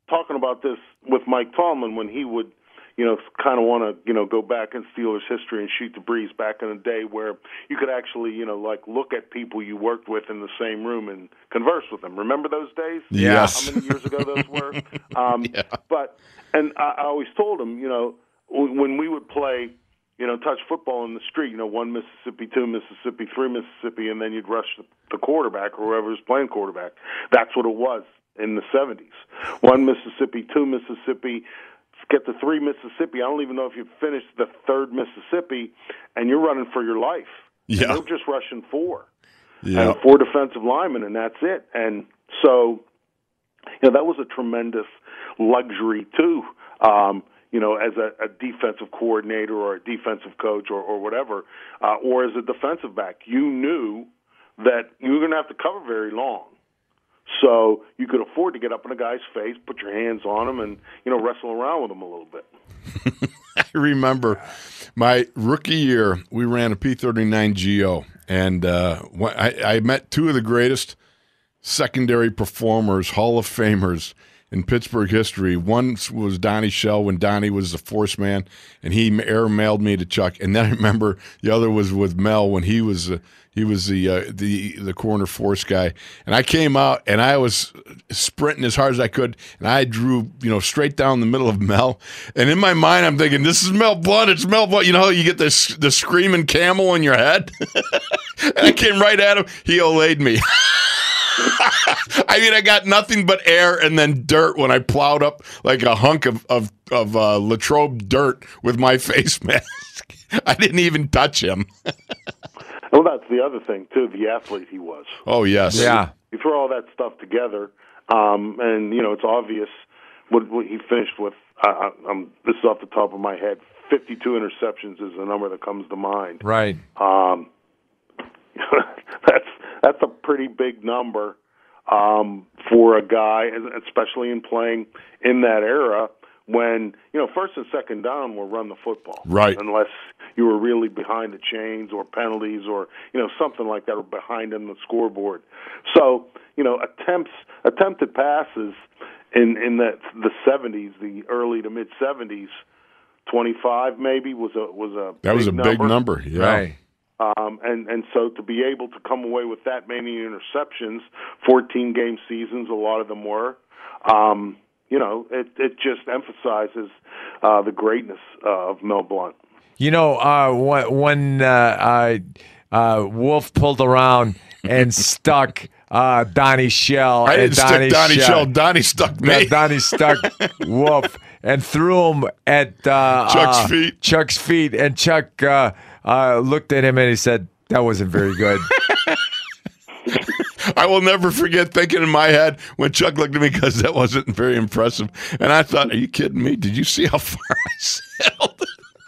Speaker 8: talking about this with Mike Tomlin when he would, you know, kind of want to, you know, go back in Steelers history and shoot the breeze back in the day where you could actually, you know, like look at people you worked with in the same room and converse with them. Remember those days?
Speaker 3: Yes.
Speaker 8: How many years ago those were? Um, But and I, I always told him, you know, w- when we would play, you know, touch football in the street, you know, one Mississippi, two Mississippi, three Mississippi, and then you'd rush the, the quarterback or whoever was playing quarterback. That's what it was in the seventies. One Mississippi, two Mississippi. Get to three Mississippi. I don't even know if you finished the third Mississippi, and you're running for your life. And
Speaker 3: Yeah.
Speaker 8: they're just rushing four
Speaker 3: Yeah.
Speaker 8: and four defensive linemen, and that's it. And so, you know, that was a tremendous luxury too. Um, you know, as a, a defensive coordinator or a defensive coach or, or whatever, uh, or as a defensive back, you knew that you were going to have to cover very long. So you could afford to get up in a guy's face, put your hands on him, and you know wrestle around with him a little bit.
Speaker 3: I remember my rookie year, we ran a P39 GO, and uh, wh- I, I met two of the greatest secondary performers, Hall of Famers in Pittsburgh history. One was Donnie Shell when Donnie was the force man, and he air mailed me to Chuck. And then I remember the other was with Mel when he was uh, he was the uh, the the corner force guy. And I came out and I was sprinting as hard as I could, and I drew you know straight down the middle of Mel. And in my mind, I'm thinking, this is Mel Blunt. It's Mel Blunt. You know, how you get this the screaming camel in your head. and I came right at him. He olayed me. I mean, I got nothing but air and then dirt when I plowed up like a hunk of of, of uh, Latrobe dirt with my face mask. I didn't even touch him.
Speaker 8: Well, that's the other thing too. The athlete he was.
Speaker 3: Oh yes,
Speaker 2: yeah.
Speaker 8: you throw all that stuff together, um, and you know it's obvious what, what he finished with. I, I, I'm, this is off the top of my head. 52 interceptions is the number that comes to mind.
Speaker 2: Right.
Speaker 8: Um, that's that's a pretty big number um, for a guy, especially in playing in that era when you know first and second down were run the football,
Speaker 3: Right.
Speaker 8: Unless you were really behind the chains or penalties or you know something like that, or behind in the scoreboard. So you know attempts, attempted passes in in the the seventies, the early to mid seventies. 25 maybe was a was a
Speaker 3: that was a big number. Yeah,
Speaker 2: Right.
Speaker 8: um, and and so to be able to come away with that many interceptions, 14 game seasons, a lot of them were, um, you know, it it just emphasizes uh, the greatness uh, of Mel Blunt.
Speaker 2: You know, uh, when, when uh, uh, uh, Wolf pulled around and stuck uh, Donnie Shell,
Speaker 3: I
Speaker 2: and
Speaker 3: didn't
Speaker 2: Donnie
Speaker 3: stick Donnie Shell. Donnie stuck
Speaker 2: that
Speaker 3: me.
Speaker 2: Donnie stuck Wolf and threw him at uh,
Speaker 3: Chuck's
Speaker 2: uh,
Speaker 3: feet.
Speaker 2: Chuck's feet, and Chuck uh, uh, looked at him and he said, "That wasn't very good."
Speaker 3: I will never forget thinking in my head when Chuck looked at me because that wasn't very impressive, and I thought, "Are you kidding me? Did you see how far I sailed?"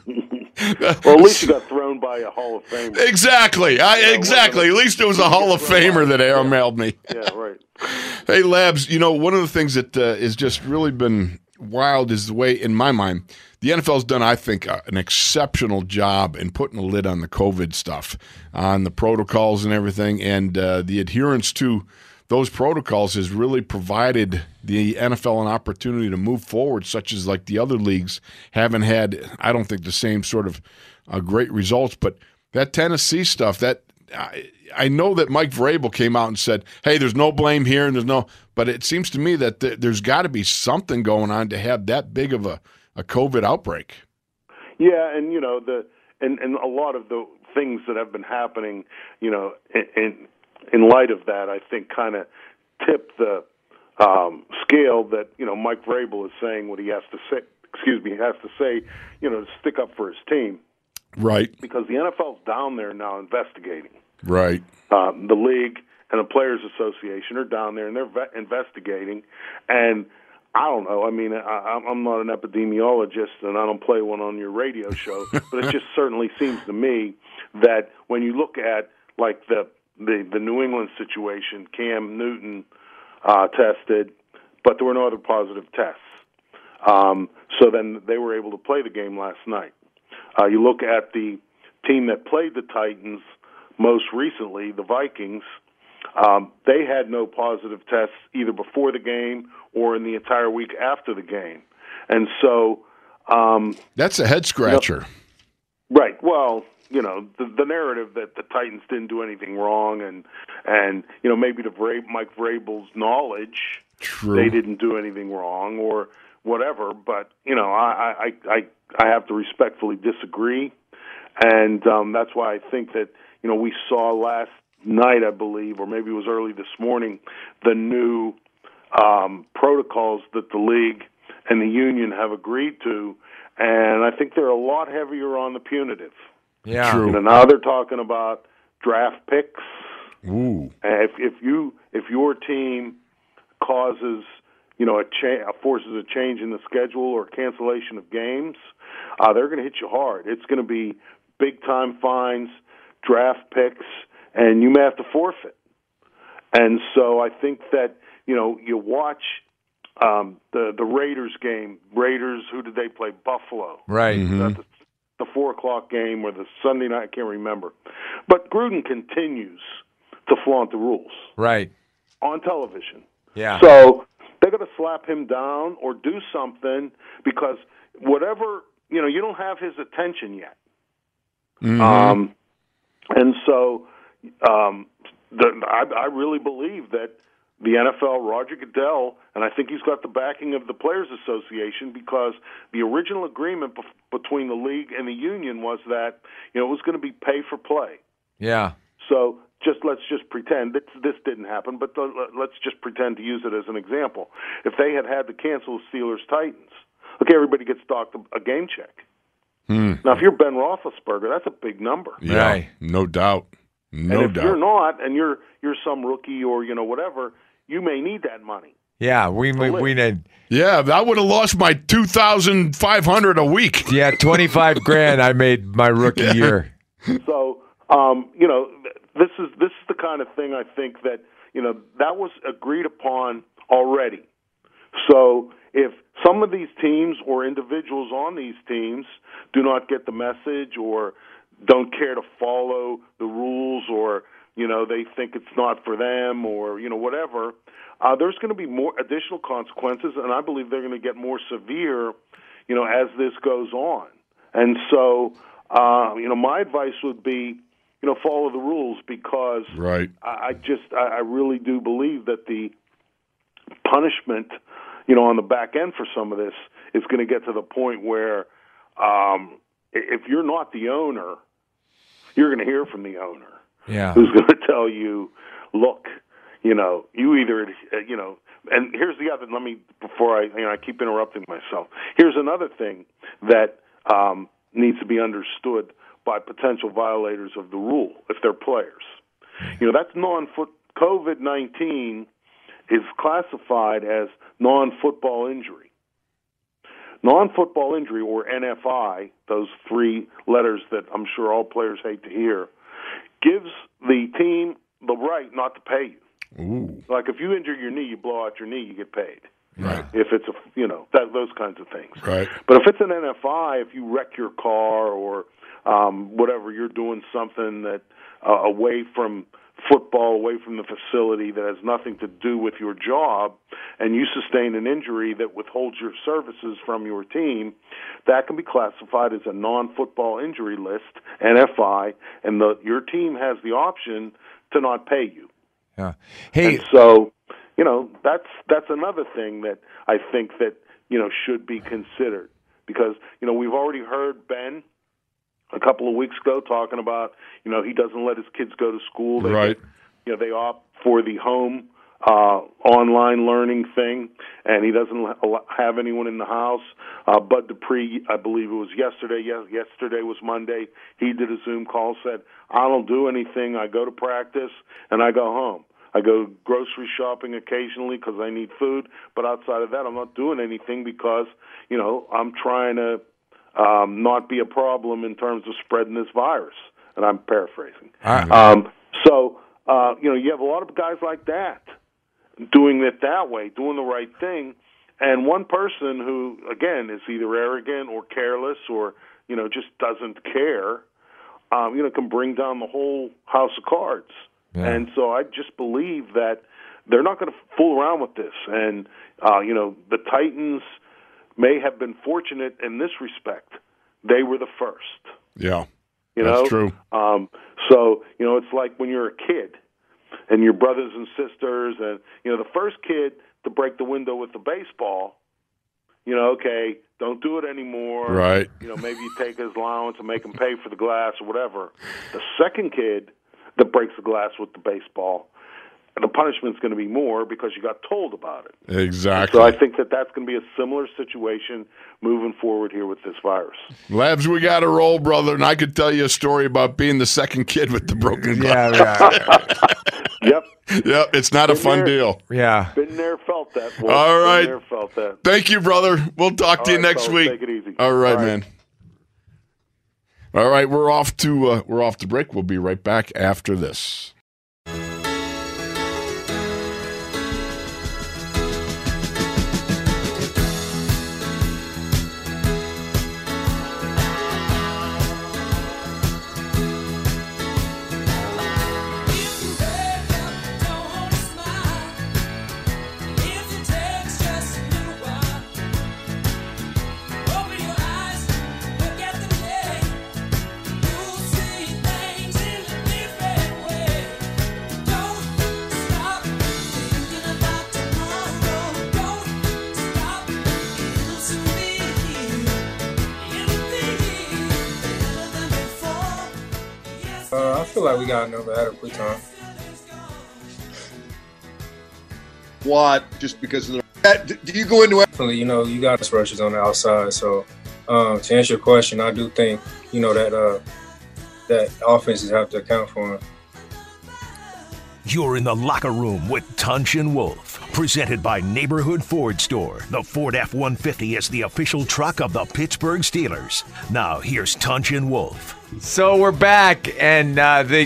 Speaker 8: Well, at least you got thrown by a Hall of Famer.
Speaker 3: Exactly. I, exactly. At least it was a Hall of Famer that air mailed me.
Speaker 8: Yeah, right.
Speaker 3: Hey, Labs, you know, one of the things that uh, has just really been wild is the way, in my mind, the NFL's done, I think, uh, an exceptional job in putting a lid on the COVID stuff, on the protocols and everything, and uh, the adherence to those protocols has really provided the NFL an opportunity to move forward, such as like the other leagues haven't had. I don't think the same sort of uh, great results, but that Tennessee stuff that. I, I know that Mike Vrabel came out and said, "Hey, there's no blame here, and there's no." But it seems to me that th- there's got to be something going on to have that big of a, a COVID outbreak.
Speaker 8: Yeah, and you know the and and a lot of the things that have been happening, you know, in in, in light of that, I think kind of tip the um, scale that you know Mike Vrabel is saying what he has to say. Excuse me, has to say, you know, to stick up for his team
Speaker 3: Right,
Speaker 8: because the NFL's down there now investigating
Speaker 3: right.
Speaker 8: um, the league and the players association are down there and they're ve- investigating and I don't know. I mean, I, I'm- I'm not an epidemiologist, and I don't play one on your radio show. but it just certainly seems to me that when you look at like the the, the New England situation, Cam Newton uh, tested, but there were no other positive tests. Um, so then they were able to play the game last night. Uh, you look at the team that played the Titans most recently, the Vikings. Um, they had no positive tests either before the game or in the entire week after the game, and so um,
Speaker 3: That's a head scratcher.
Speaker 8: Right. Well, you know, the, the narrative that the Titans didn't do anything wrong, and and you know maybe to Vra- Mike Vrabel's knowledge,
Speaker 3: True.
Speaker 8: they didn't do anything wrong or whatever. But you know, I I I, I have to respectfully disagree, and um, that's why I think that you know we saw last night, I believe, or maybe it was early this morning, the new um, protocols that the league and the union have agreed to, and I think they're a lot heavier on the punitive.
Speaker 2: Yeah.
Speaker 3: True.
Speaker 8: You know, now they're talking about draft picks.
Speaker 3: Ooh.
Speaker 8: And Uh, If if you if your team causes you know a cha- forces a change in the schedule or cancellation of games, uh, they're going to hit you hard. It's going to be big time fines, draft picks, and you may have to forfeit. And so I think that you know you watch um, the the Raiders game. Raiders, who did they play? Buffalo
Speaker 2: Right.
Speaker 3: Mm-hmm.
Speaker 8: the, the four o'clock game or the Sunday night. I can't remember. But Gruden continues to flaunt the rules
Speaker 2: Right.
Speaker 8: on television.
Speaker 2: Yeah.
Speaker 8: So they're going to slap him down or do something because whatever you know, you don't have his attention yet. Um, and so um, the, I, I really believe that the NFL, Roger Goodell, and I think he's got the backing of the Players Association because the original agreement bef- between the league and the union was that you know it was going to be pay for play.
Speaker 2: yeah.
Speaker 8: So just let's just pretend that this didn't happen, but the, let's just pretend to use it as an example. If they had had to cancel Steelers Titans, okay, everybody gets docked a a game check. Now, if you're Ben Roethlisberger, that's a big number.
Speaker 3: Hmm. Yeah.
Speaker 2: Right.
Speaker 3: No doubt. No
Speaker 8: and if
Speaker 3: doubt.
Speaker 8: you're not, and you're you're some rookie or you know whatever, you may need that money.
Speaker 2: Yeah. We we, we need
Speaker 3: yeah, I would have lost my two thousand five hundred a week.
Speaker 2: yeah twenty five grand. I made my rookie year.
Speaker 8: So, um, you know, th- this is this is the kind of thing I think that you know that was agreed upon already. So, if some of these teams or individuals on these teams do not get the message or don't care to follow the rules or you know they think it's not for them or you know whatever uh, there's going to be more additional consequences and i believe they're going to get more severe you know as this goes on and so uh, you know my advice would be you know follow the rules because
Speaker 3: Right.
Speaker 8: I, I just I, I really do believe that the punishment, you know, on the back end for some of this is going to get to the point where um, i- if you're not the owner, you're going to hear from the owner
Speaker 2: Yeah.
Speaker 8: who's going to tell you, look, you know, you either, uh, you know, and here's the other. Let me before I, you know, I keep interrupting myself. Here's another thing that um, needs to be understood by potential violators of the rule if they're players. You know, that's non-foot COVID nineteen is classified as non-football injury. Non-football injury or NFI, those three letters that I'm sure all players hate to hear, gives the team the right not to pay you. Like if you injure your knee, you blow out your knee, you get paid.
Speaker 3: Right.
Speaker 8: If it's a you know that, those kinds of things.
Speaker 3: Right.
Speaker 8: But if it's an NFI, if you wreck your car or um, whatever, you're doing something that uh, away from football away from the facility that has nothing to do with your job, and you sustain an injury that withholds your services from your team, that can be classified as a non-football injury list (NFI), and the, your team has the option to not pay you.
Speaker 2: Yeah. Hey,
Speaker 8: And so, you know, that's that's another thing that I think that you know should be considered because you know we've already heard Ben a couple of weeks ago talking about you know he doesn't let his kids go to school. They
Speaker 3: Right.
Speaker 8: you know they opt for the home uh, online learning thing, and he doesn't al- have anyone in the house. Uh, Bud Dupree, I believe it was yesterday. Yes, yesterday was Monday. He did a Zoom call, said, "I don't do anything. I go to practice and I go home. I go grocery shopping occasionally because I need food, but outside of that, I'm not doing anything because you know I'm trying to." Um, not be a problem in terms of spreading this virus, and I'm paraphrasing. Um, so, uh, you know, you have a lot of guys like that doing it that way, doing the right thing. And one person who, again, is either arrogant or careless or, you know, just doesn't care, um, you know, can bring down the whole house of cards. And so I just believe that they're not going to fool around with this. And, uh, you know, the Titans may have been fortunate in this respect. They were the first.
Speaker 3: Yeah.
Speaker 8: You
Speaker 3: That's
Speaker 8: know,
Speaker 3: true.
Speaker 8: Um, so you know, it's like when you're a kid and your brothers and sisters, and you know, the first kid to break the window with the baseball. You know, okay, don't do it anymore.
Speaker 3: Right.
Speaker 8: You know, maybe you take his allowance and make him pay for the glass or whatever. The second kid that breaks the glass with the baseball, the punishment's going to be more because you got told about it.
Speaker 3: Exactly.
Speaker 8: So I think that that's going to be a similar situation moving forward here with this virus.
Speaker 3: Labs, we got to roll, brother. And I could tell you a story about being the second kid with the broken glass.
Speaker 2: yeah, yeah,
Speaker 8: Yep.
Speaker 3: Yep, it's not a fun
Speaker 8: there.
Speaker 3: deal.
Speaker 2: yeah.
Speaker 8: Been there, felt that. Boy.
Speaker 3: All
Speaker 8: Been
Speaker 3: right.
Speaker 8: there, felt that.
Speaker 3: Thank you, brother. We'll talk to
Speaker 8: All
Speaker 3: you
Speaker 8: right,
Speaker 3: next
Speaker 8: fellas,
Speaker 3: week.
Speaker 8: take it easy.
Speaker 3: All right,
Speaker 8: All right.
Speaker 3: man. All right, we're off to uh, we're off to break. We'll be right back after this.
Speaker 5: Uh, I feel like we got another adequate time.
Speaker 9: What? Just because of the. Uh, d- Do you go into
Speaker 5: Definitely, you know, you got us rushers on the outside. So, um, to answer your question, I do think you know that uh, that offenses have to account for him.
Speaker 1: You're in the locker room with Tunch and Wolf. Presented by Neighborhood Ford Store. The Ford F 150 is the official truck of the Pittsburgh Steelers. Now, here's Tunch and Wolf.
Speaker 2: So we're back, and uh, the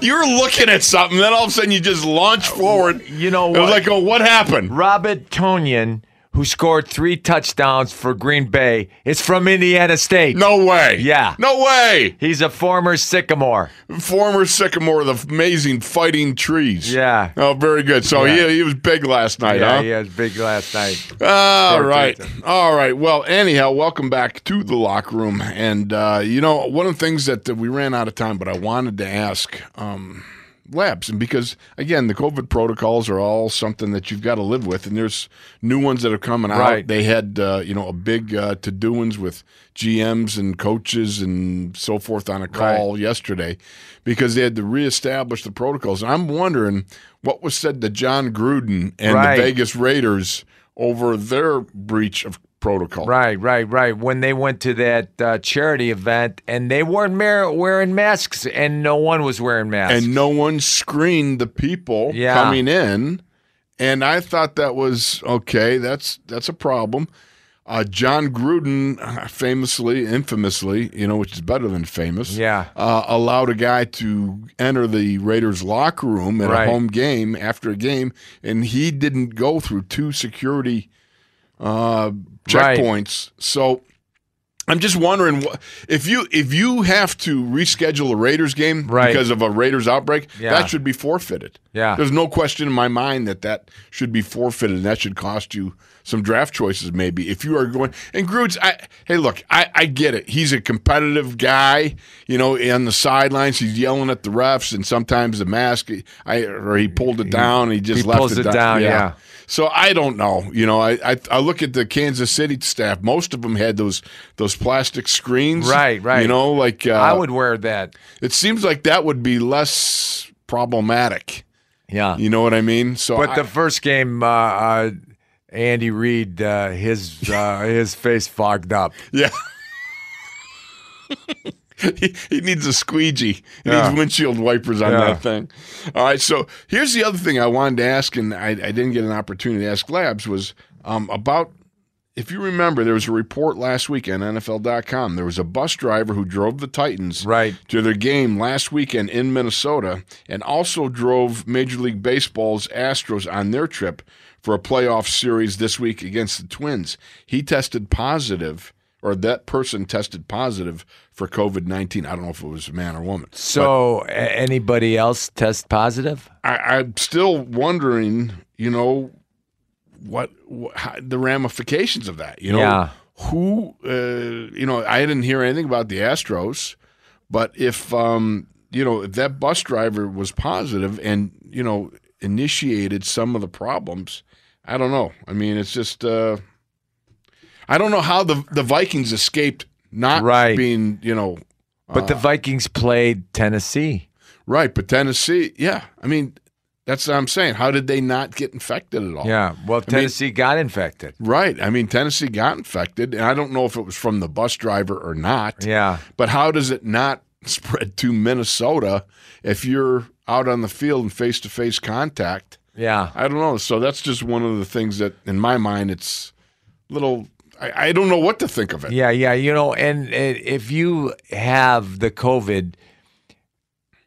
Speaker 3: You're looking at something, then all of a sudden you just launch forward.
Speaker 2: Uh, you know
Speaker 3: It was
Speaker 2: what?
Speaker 3: like, oh, what happened?
Speaker 2: Robert Tonyan, who scored three touchdowns for Green Bay, is from Indiana State.
Speaker 3: No way.
Speaker 2: Yeah.
Speaker 3: No way.
Speaker 2: He's a former Sycamore.
Speaker 3: Former sycamore, the amazing fighting trees.
Speaker 2: Yeah.
Speaker 3: Oh, very good. So
Speaker 2: Yeah.
Speaker 3: he, he was big last night,
Speaker 2: Yeah,
Speaker 3: huh? Uh,
Speaker 2: he was big last night.
Speaker 3: All
Speaker 2: Sorry,
Speaker 3: right.
Speaker 2: Jason.
Speaker 3: All right. Well, anyhow, welcome back to the locker room. And, uh, you know, one of the things that, that we ran out of time, but I wanted to ask um, Labs, and because, again, the COVID protocols are all something that you've got to live with, and there's new ones that are coming
Speaker 2: Right.
Speaker 3: out. They had, uh, you know, a big uh, to doings with GMs and coaches and so forth on a call yesterday because they had to reestablish the protocols. And I'm wondering what was said to John Gruden and
Speaker 2: Right.
Speaker 3: the Vegas Raiders over their breach of protocol.
Speaker 2: Right, right, right. When they went to that uh, charity event and they weren't mar- wearing masks and no one was wearing masks.
Speaker 3: And no one screened the people
Speaker 2: Yeah.
Speaker 3: coming in. And I thought that was okay, that's that's a problem. Uh, John Gruden, uh, famously, infamously, you know, which is better than famous,
Speaker 2: Yeah.
Speaker 3: uh, allowed a guy to enter the Raiders locker room at
Speaker 2: Right.
Speaker 3: a home game after a game, and he didn't go through two security uh,
Speaker 2: Right.
Speaker 3: checkpoints. So I'm just wondering wh- if you if you have to reschedule a Raiders game
Speaker 2: Right.
Speaker 3: because of a Raiders outbreak,
Speaker 2: Yeah.
Speaker 3: that should be forfeited.
Speaker 2: Yeah.
Speaker 3: there's no question in my mind that that should be forfeited, and that should cost you some draft choices maybe if you are going. And Groots, I hey, look, I, I get it. He's a competitive guy, you know, on the sidelines, he's yelling at the refs, and sometimes the mask, I or he pulled it down, and he just
Speaker 2: he
Speaker 3: left
Speaker 2: pulls it down, yeah.
Speaker 3: so I don't know. You know, I, I I look at the Kansas City staff. Most of them had those those plastic screens.
Speaker 2: Right, right.
Speaker 3: You know, like
Speaker 2: I
Speaker 3: uh,
Speaker 2: would wear that.
Speaker 3: It seems like that would be less problematic.
Speaker 2: Yeah.
Speaker 3: You know what I mean? So,
Speaker 2: But
Speaker 3: I-
Speaker 2: the first game, uh, uh, Andy Reid, uh, his uh, his face fogged up.
Speaker 3: yeah. He, he needs a squeegee. He
Speaker 2: Yeah.
Speaker 3: needs windshield wipers on
Speaker 2: Yeah.
Speaker 3: that thing. All right. So here's the other thing I wanted to ask, and I, I didn't get an opportunity to ask Labs was um, about if you remember, there was a report last week on NFL.com. There was a bus driver who drove the Titans
Speaker 2: Right.
Speaker 3: to their game last weekend in Minnesota and also drove Major League Baseball's Astros on their trip for a playoff series this week against the Twins. He tested positive, or that person tested positive for COVID 19. I don't know if it was a man or woman.
Speaker 2: So a- anybody else test positive?
Speaker 3: I, I'm still wondering, you know, what, what how, the ramifications of that. You know,
Speaker 2: Yeah.
Speaker 3: who, uh, you know, I didn't hear anything about the Astros, but if, um, you know, if that bus driver was positive and you know initiated some of the problems, I don't know. I mean, it's just, uh, I don't know how the the Vikings escaped not
Speaker 2: Right.
Speaker 3: being, you know, uh,
Speaker 2: But the Vikings played Tennessee.
Speaker 3: right. But Tennessee, yeah, I mean. That's what I'm saying. How did they not get infected at all?
Speaker 2: Yeah. Well, Tennessee got infected.
Speaker 3: oh. Right. I mean, Tennessee got infected, and I don't know if it was from the bus driver or not.
Speaker 2: Yeah.
Speaker 3: But how does it not spread to Minnesota if you're out on the field in face to face contact?
Speaker 2: Yeah.
Speaker 3: I don't know. So that's just one of the things that, in my mind, it's little. I, I don't know what to think of it.
Speaker 2: Yeah, yeah, you know, and, and if you have the COVID,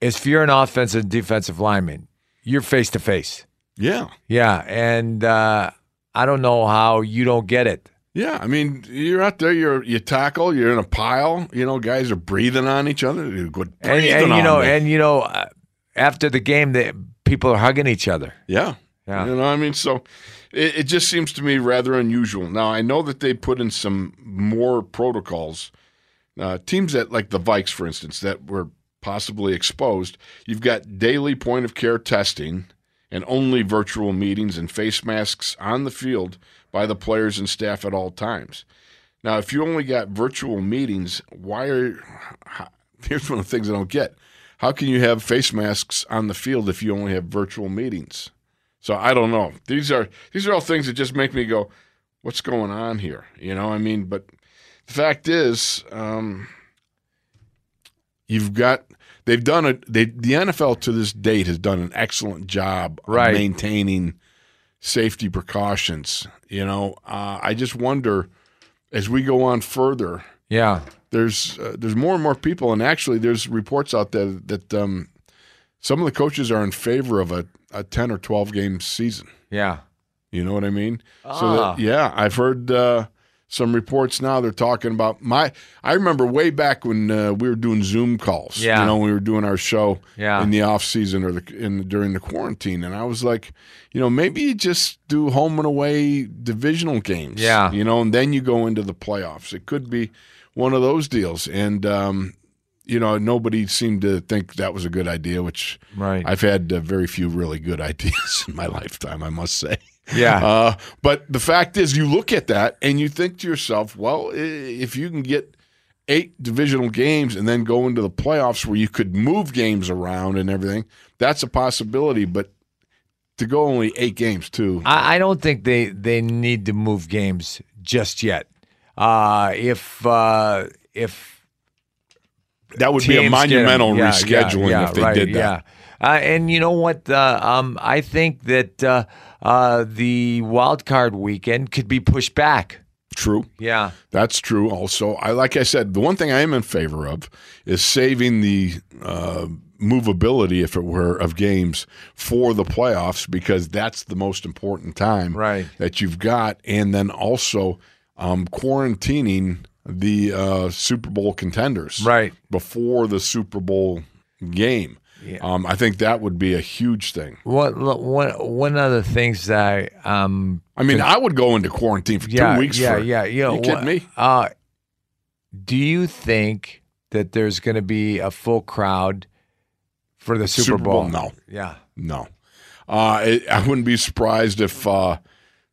Speaker 2: if you're an offensive and defensive lineman, you're face to face.
Speaker 3: Yeah.
Speaker 2: Yeah, and uh, I don't know how you don't get it.
Speaker 3: Yeah. I mean, you're out there. You're you tackle. You're in a pile. You know, guys are breathing on each other. They're good
Speaker 2: And,
Speaker 3: breathing
Speaker 2: and you
Speaker 3: on
Speaker 2: know,
Speaker 3: me.
Speaker 2: and you know, uh, after the game, that people are hugging each other.
Speaker 3: Yeah.
Speaker 2: Yeah.
Speaker 3: You know, what I mean, so it, it just seems to me rather unusual. Now, I know that they put in some more protocols. Uh, teams that, like the Vikes, for instance, that were possibly exposed, you've got daily point of care testing and only virtual meetings and face masks on the field by the players and staff at all times. Now, if you only got virtual meetings, why are how- here's one of the things I don't get. How can you have face masks on the field if you only have virtual meetings? So I don't know. These are these are all things that just make me go, "What's going on here?" You know, I mean, but the fact is, um, you've got they've done it. They, the NFL to this date has done an excellent job of
Speaker 2: Right.
Speaker 3: maintaining safety precautions. You know, uh, I just wonder as we go on further
Speaker 2: Yeah,
Speaker 3: there's uh, there's more and more people, and actually, there's reports out there that um, some of the coaches are in favor of a, a ten or twelve game season.
Speaker 2: yeah,
Speaker 3: You know what I mean?
Speaker 2: Ah.
Speaker 3: that, yeah, I've heard uh, some reports now. They're talking about my. I remember way back when uh, we were doing Zoom calls.
Speaker 2: Yeah.
Speaker 3: you know, when we were doing our show
Speaker 2: Yeah.
Speaker 3: in the off season or the in during the quarantine, and I was like, you know, maybe you just do home and away divisional games.
Speaker 2: Yeah.
Speaker 3: you know, and then you go into the playoffs. It could be one of those deals, and. um you know, nobody seemed to think that was a good idea, which
Speaker 2: Right.
Speaker 3: I've had uh, very few really good ideas in my lifetime, I must say.
Speaker 2: yeah,
Speaker 3: Uh, but the fact is, you look at that and you think to yourself, well, i- if you can get eight divisional games and then go into the playoffs where you could move games around and everything, that's a possibility. But to go only eight games, too.
Speaker 2: I, I don't think they they need to move games just yet. Uh, if uh, if
Speaker 3: that would be
Speaker 2: teams
Speaker 3: a
Speaker 2: get 'em.
Speaker 3: monumental
Speaker 2: Yeah, yeah,
Speaker 3: rescheduling
Speaker 2: yeah,
Speaker 3: if they
Speaker 2: right,
Speaker 3: did that.
Speaker 2: Yeah. Uh, and you know what? Uh, um, I think that uh, uh, the wild card weekend could be pushed back.
Speaker 3: True.
Speaker 2: Yeah.
Speaker 3: That's true. Also, I like I said, the one thing I am in favor of is saving the uh, movability, if it were, of games for the playoffs because that's the most important time
Speaker 2: Right.
Speaker 3: that you've got, and then also um, quarantining the uh, Super Bowl contenders
Speaker 2: Right.
Speaker 3: before the Super Bowl game. Um, I think that would be a huge thing.
Speaker 2: One, one, one of the things that I, um,
Speaker 3: I mean, I would go into quarantine for
Speaker 2: yeah,
Speaker 3: two weeks.
Speaker 2: yeah,
Speaker 3: for,
Speaker 2: yeah, you know,
Speaker 3: you kidding
Speaker 2: wha-
Speaker 3: me?
Speaker 2: Uh, do you think that there's going to be a full crowd for the Super,
Speaker 3: Super Bowl,
Speaker 2: Bowl?
Speaker 3: no.
Speaker 2: Yeah.
Speaker 3: No, uh, it, I wouldn't be surprised if uh,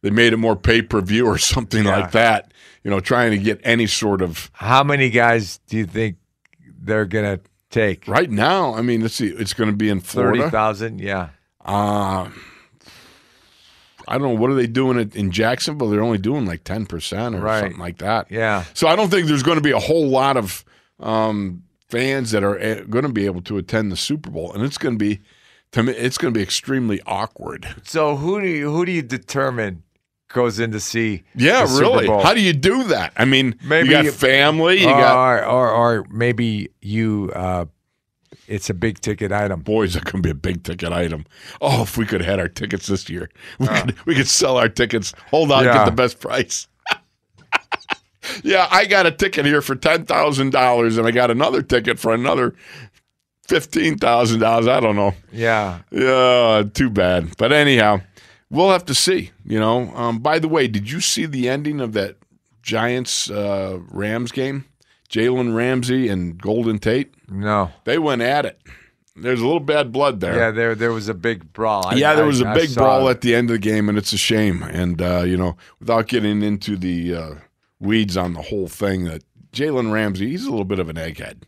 Speaker 3: they made it more pay per view or something
Speaker 2: Yeah.
Speaker 3: like that. You know, trying to get any sort of
Speaker 2: How many guys do you think they're going to take?
Speaker 3: right now. I mean, let's see, it's going to be in
Speaker 2: Thirty
Speaker 3: Florida.
Speaker 2: thousand. Yeah.
Speaker 3: Uh, I don't know what are they doing it in Jacksonville. They're only doing like ten percent or
Speaker 2: Right.
Speaker 3: something like that.
Speaker 2: Yeah.
Speaker 3: So I don't think there's going to be a whole lot of um, fans that are uh, going to be able to attend the Super Bowl, and it's going to be to me, it's going to be extremely awkward.
Speaker 2: So who do you who do you determine goes in to see?
Speaker 3: Yeah,
Speaker 2: the Super
Speaker 3: really.
Speaker 2: Bowl?
Speaker 3: How do you do that? I mean,
Speaker 2: Maybe
Speaker 3: you got
Speaker 2: you-
Speaker 3: family, you
Speaker 2: or,
Speaker 3: got
Speaker 2: or or maybe you uh, it's a big ticket item.
Speaker 3: boys. That can be a big ticket item. Oh, if we could have had our tickets this year, we could we could sell our tickets. Hold on,
Speaker 2: Uh. Yeah.
Speaker 3: get the best price. yeah, I got a ticket here for ten thousand dollars, and I got another ticket for another fifteen thousand dollars. I don't know.
Speaker 2: Yeah.
Speaker 3: Yeah, too bad. But anyhow, we'll have to see. You know. Um, by the way, did you see the ending of that Giants uh, Rams game? Jalen Ramsey and Golden Tate.
Speaker 2: No.
Speaker 3: They went at it. There's a little bad blood there.
Speaker 2: Yeah, there there was a big brawl. I-
Speaker 3: Yeah, there
Speaker 2: I-
Speaker 3: was a
Speaker 2: I
Speaker 3: big
Speaker 2: saw
Speaker 3: brawl
Speaker 2: it.
Speaker 3: at the end of the game, and it's a shame. And uh, you know, without getting into the uh, weeds on the whole thing, that Jalen Ramsey, he's a little bit of an egghead.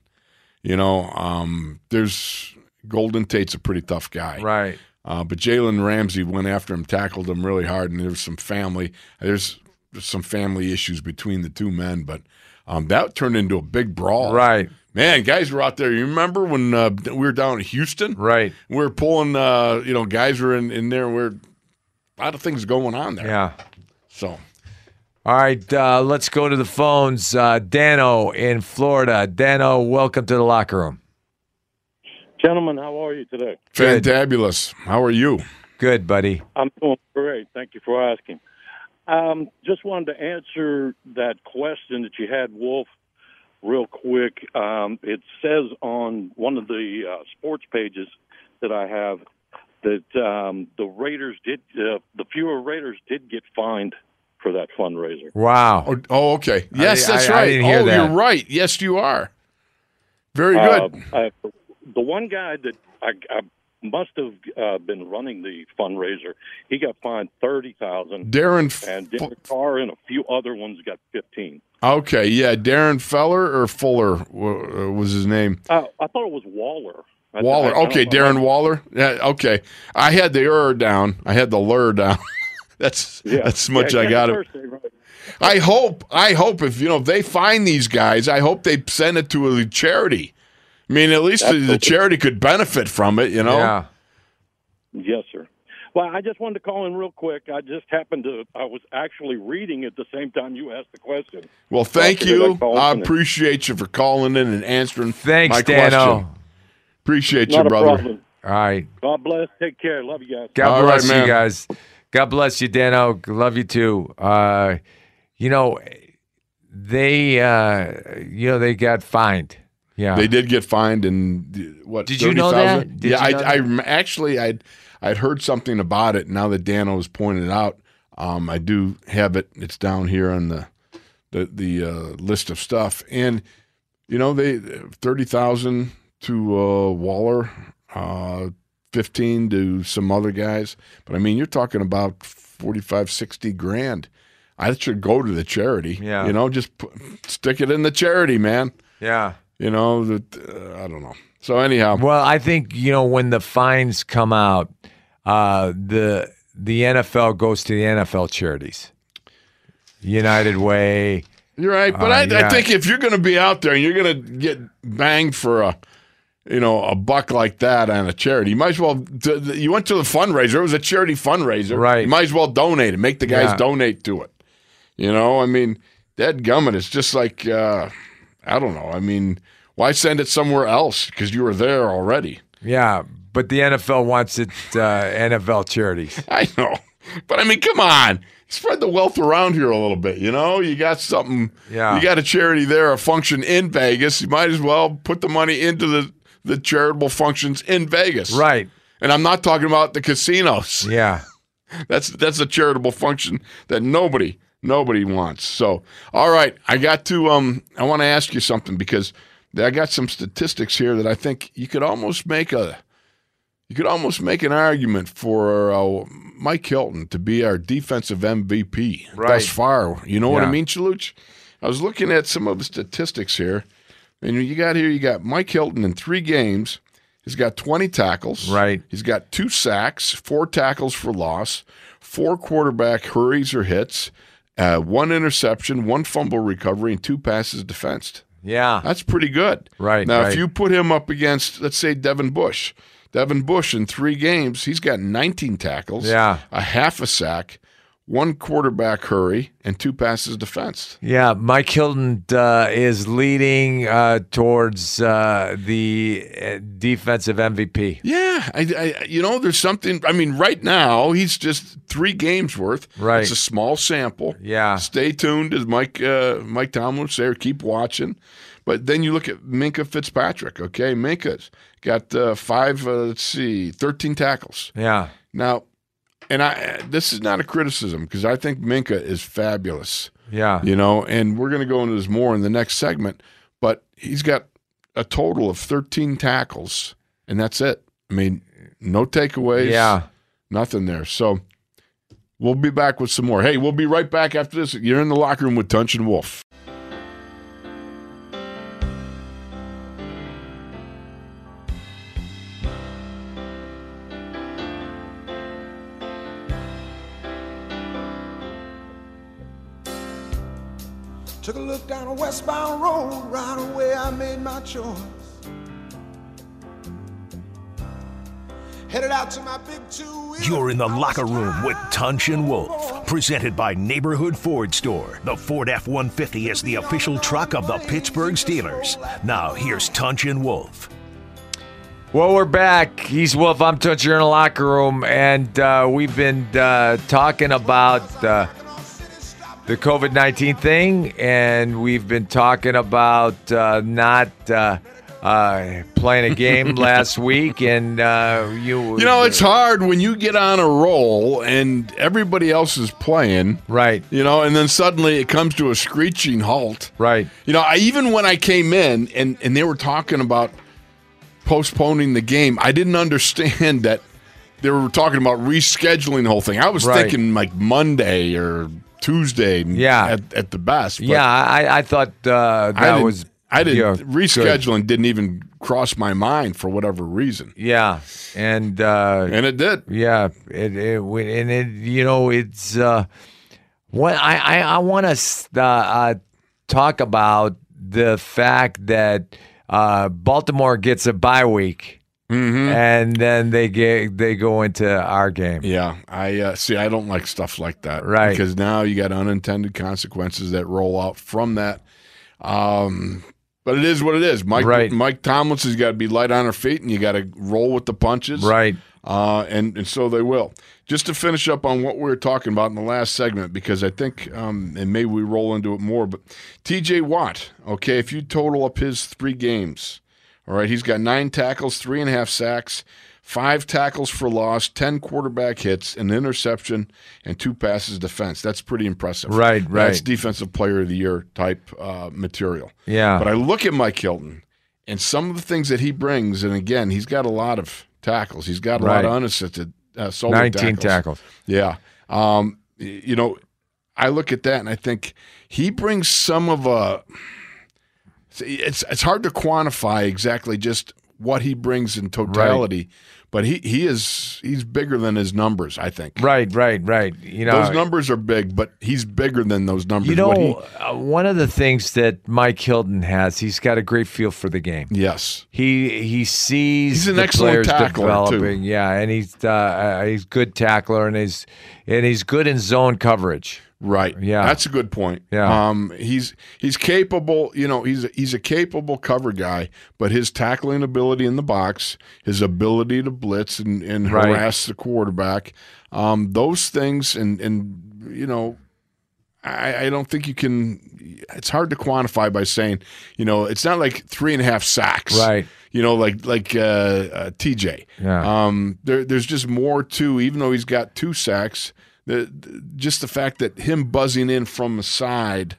Speaker 3: You know, um, there's Golden Tate's a pretty tough guy,
Speaker 2: Right.
Speaker 3: uh, but Jalen Ramsey went after him, tackled him really hard, and there was some family. There's some family issues between the two men, but um, that turned into a big brawl.
Speaker 2: Right.
Speaker 3: Man, guys were out there. You remember when uh, we were down in Houston?
Speaker 2: Right.
Speaker 3: We were pulling, uh, you know, guys were in, in there. We're a lot of things going on there.
Speaker 2: Yeah.
Speaker 3: So,
Speaker 2: All right, uh, let's go to the phones. Uh, Dano in Florida. Dano, welcome to the locker room.
Speaker 10: Gentlemen, how are you today?
Speaker 2: Good.
Speaker 3: fantabulous. How are you?
Speaker 2: Good, buddy.
Speaker 10: I'm doing great. Thank you for asking. Um, just wanted to answer that question that you had, Wolf, real quick. Um, it says on one of the uh, sports pages that I have that um, the Raiders did, uh, the fewer Raiders did get fined for that fundraiser.
Speaker 2: Wow.
Speaker 3: Oh, oh okay.
Speaker 2: I
Speaker 3: Yes,
Speaker 2: di-
Speaker 3: that's
Speaker 2: I- I
Speaker 3: right.
Speaker 2: didn't hear
Speaker 3: oh,
Speaker 2: that.
Speaker 3: you're right. Yes, you are. Very good.
Speaker 10: Uh, I, the one guy that I, I must have uh, been running the fundraiser, he got fined thirty thousand.
Speaker 3: Darren. F-
Speaker 10: and Derek Carr and a few other ones got 15.
Speaker 3: okay, yeah, Darren Feller or Fuller wa- uh, was his name.
Speaker 10: Uh, I thought it was Waller. I-
Speaker 3: Waller.
Speaker 10: I- I
Speaker 3: okay,
Speaker 10: don't know.
Speaker 3: Darren Waller. Yeah, okay. I had the er down. I had the lure down. that's that's much
Speaker 10: Yeah,
Speaker 3: I
Speaker 10: yeah,
Speaker 3: got it.
Speaker 10: first name, right.
Speaker 3: I hope I hope if you know if they find these guys, I hope they send it to a charity. I mean, at least the, the charity could benefit from it, you know.
Speaker 2: Yeah.
Speaker 10: Yes, sir. Well, I just wanted to call in real quick. I just happened to, I was actually reading at the same time you asked the question.
Speaker 3: Well, thank
Speaker 10: I figured
Speaker 3: you.
Speaker 10: I'd call
Speaker 3: I
Speaker 10: in.
Speaker 3: appreciate you for calling in and answering
Speaker 2: Thanks,
Speaker 3: my
Speaker 2: Dano.
Speaker 3: question. Appreciate
Speaker 10: Not
Speaker 3: you,
Speaker 10: a
Speaker 3: brother.
Speaker 10: problem.
Speaker 2: All right.
Speaker 10: God bless. Take care. Love you guys.
Speaker 2: God
Speaker 3: All
Speaker 2: bless
Speaker 3: right,
Speaker 2: you
Speaker 3: man.
Speaker 2: guys. God bless you, Dano. Love you too. Uh, you know, they uh, you know they got fined. Yeah.
Speaker 3: They did get fined, and uh, what?
Speaker 2: Did you know that?
Speaker 3: 30,000?
Speaker 2: Did
Speaker 3: yeah,
Speaker 2: you know
Speaker 3: I, I rem- actually I'd I'd heard something about it. Now that Dano's pointed out, um, I do have it. It's down here on the the the uh, list of stuff, and you know they thirty thousand to uh, Waller, uh, fifteen to some other guys, but I mean you're talking about 45, 60 grand. I should go to the charity.
Speaker 2: Yeah.
Speaker 3: you know, just put, stick it in the charity, man
Speaker 2: Yeah.
Speaker 3: you know that uh, i don't know so anyhow
Speaker 2: Well, I think you know when the fines come out, uh, the the NFL goes to the NFL charities, United Way.
Speaker 3: you're right but
Speaker 2: Uh,
Speaker 3: I,
Speaker 2: yeah.
Speaker 3: I think if you're going to be out there and you're going to get banged for a you know a buck like that on a charity you might as well d- d- you went to the fundraiser it was a charity fundraiser
Speaker 2: Right.
Speaker 3: you might as well donate it make the guys
Speaker 2: Yeah.
Speaker 3: donate to it you know i mean that gummit it's just like uh, i don't know i mean why send it somewhere else because you were there already
Speaker 2: Yeah, but the NFL wants it uh, NFL charities.
Speaker 3: i know But I mean, come on, spread the wealth around here a little bit. You know, you got something.
Speaker 2: Yeah.
Speaker 3: You got a charity there, a function in Vegas. You might as well put the money into the the charitable functions in Vegas.
Speaker 2: Right.
Speaker 3: And I'm not talking about the casinos.
Speaker 2: Yeah.
Speaker 3: That's that's a charitable function that nobody nobody wants. So, all right, I got to um I want to ask you something because I got some statistics here that I think you could almost make a you could almost make an argument for uh, Mike Hilton to be our defensive MVP
Speaker 2: Right.
Speaker 3: thus far. You know what I
Speaker 2: Yeah.
Speaker 3: mean, Chaluch? I was looking at some of the statistics here, and you got here you got Mike Hilton in three games. He's got 20 tackles.
Speaker 2: Right.
Speaker 3: He's got two sacks, four tackles for loss, four quarterback hurries or hits, uh, one interception, one fumble recovery, and two passes defensed.
Speaker 2: Yeah.
Speaker 3: That's pretty good.
Speaker 2: Right,
Speaker 3: Now, if
Speaker 2: right.
Speaker 3: you put him up against, let's say, Devin Bush, Devin Bush in three games, he's got 19 tackles,
Speaker 2: Yeah.
Speaker 3: a half a sack, one quarterback hurry, and two passes defensed.
Speaker 2: Yeah, Mike Hilton uh, is leading uh, towards uh, the uh, defensive MVP.
Speaker 3: Yeah, I, I, you know, there's something. I mean, right now he's just three games worth.
Speaker 2: Right.
Speaker 3: it's a small sample.
Speaker 2: Yeah.
Speaker 3: stay tuned, as Mike uh, Mike Tomlin would say, or keep watching. But then you look at Minka Fitzpatrick. Okay, Minka's got uh, five. Uh, let's see, thirteen tackles.
Speaker 2: Yeah.
Speaker 3: Now, and I this is not a criticism because I think Minka is fabulous,
Speaker 2: Yeah.
Speaker 3: you know, and we're going to go into this more in the next segment, but he's got a total of 13 tackles and that's it. I mean, no takeaways,
Speaker 2: Yeah.
Speaker 3: nothing there. So we'll be back with some more. Hey, we'll be right back after this. You're in the locker room with Tunch and Wolf.
Speaker 11: Took a look down a westbound road, right away I made my choice. Headed out to my big two
Speaker 1: You're in the locker room with Tunch and Wolf, presented by Neighborhood Ford Store. The Ford F 150 is the official truck of the Pittsburgh Steelers. Now, here's Tunch and Wolf.
Speaker 2: Well, we're back. He's Wolf. I'm Tunch. You're in the locker room, and uh, we've been uh, talking about uh, the COVID 19 thing, and we've been talking about uh, not uh, uh, playing a game last week, and uh, you.
Speaker 3: You know, it's hard when you get on a roll and everybody else is playing,
Speaker 2: right,
Speaker 3: you know, and then suddenly it comes to a screeching halt.
Speaker 2: right.
Speaker 3: You know, I even when I came in and and they were talking about postponing the game, I didn't understand that they were talking about rescheduling the whole thing. I was
Speaker 2: Right.
Speaker 3: thinking like Monday or Tuesday
Speaker 2: Yeah.
Speaker 3: at, at the best. but
Speaker 2: yeah, I, I thought uh,
Speaker 3: I
Speaker 2: that
Speaker 3: didn't,
Speaker 2: was.
Speaker 3: I didn't
Speaker 2: yeah, good.
Speaker 3: rescheduling didn't even cross my mind for whatever reason.
Speaker 2: Yeah, and uh,
Speaker 3: And it did.
Speaker 2: Yeah, it, it we- and it you know it's uh, what I I, I want to uh, uh, talk about the fact that uh, Baltimore gets a bye week
Speaker 3: Mm-hmm.
Speaker 2: and then they get they go into our game.
Speaker 3: Yeah, I uh, see. I don't like stuff like that,
Speaker 2: Right.
Speaker 3: Because now you got unintended consequences that roll out from that. Um, but it is what it is. Mike
Speaker 2: Right.
Speaker 3: Mike Tomlinson's got to be light on her feet, and you got to roll with the punches,
Speaker 2: Right.
Speaker 3: Uh, and and so they will. Just to finish up on what we were talking about in the last segment, because I think, um, and maybe we roll into it more. But T.J. Watt, okay, if you total up his three games, all right, he's got nine tackles, three and a half sacks, five tackles for loss, ten quarterback hits, an interception, and two passes defense. That's pretty impressive.
Speaker 2: Right, right.
Speaker 3: That's defensive player of the year type uh, material.
Speaker 2: Yeah.
Speaker 3: But I look at Mike Hilton and some of the things that he brings, and again, he's got a lot of tackles. He's got a lot
Speaker 2: Right.
Speaker 3: of unassisted uh, solo
Speaker 2: 19
Speaker 3: tackles.
Speaker 2: tackles.
Speaker 3: Yeah. Um, y- you know, I look at that and I think he brings some of a. It's it's hard to quantify exactly just what he brings in totality, but he he is he's bigger than his numbers. I think
Speaker 2: Right, right, right. You know,
Speaker 3: those numbers are big, but he's bigger than those numbers.
Speaker 2: you
Speaker 3: What
Speaker 2: know, uh, one of the things that Mike Hilton has, he's got a great feel for the game.
Speaker 3: he- yes,
Speaker 2: He he sees
Speaker 3: He's an
Speaker 2: the
Speaker 3: excellent
Speaker 2: players
Speaker 3: tackler, too.
Speaker 2: developing. Yeah, and he's uh, uh, he's good tackler and he's and he's good in zone coverage.
Speaker 3: Right.
Speaker 2: Yeah.
Speaker 3: That's a good point.
Speaker 2: Yeah.
Speaker 3: Um, he's he's capable. You know, he's he's a capable cover guy, but his tackling ability in the box, his ability to blitz and, and
Speaker 2: Right.
Speaker 3: harass the quarterback, um, those things, and and you know, I, I don't think you can. It's hard to quantify by saying, you know, it's not like three and a half sacks,
Speaker 2: Right.
Speaker 3: You know, like like uh, uh, TJ.
Speaker 2: Yeah.
Speaker 3: Um, there, there's just more to. Even though he's got two sacks, the, the- just the fact that him buzzing in from the side,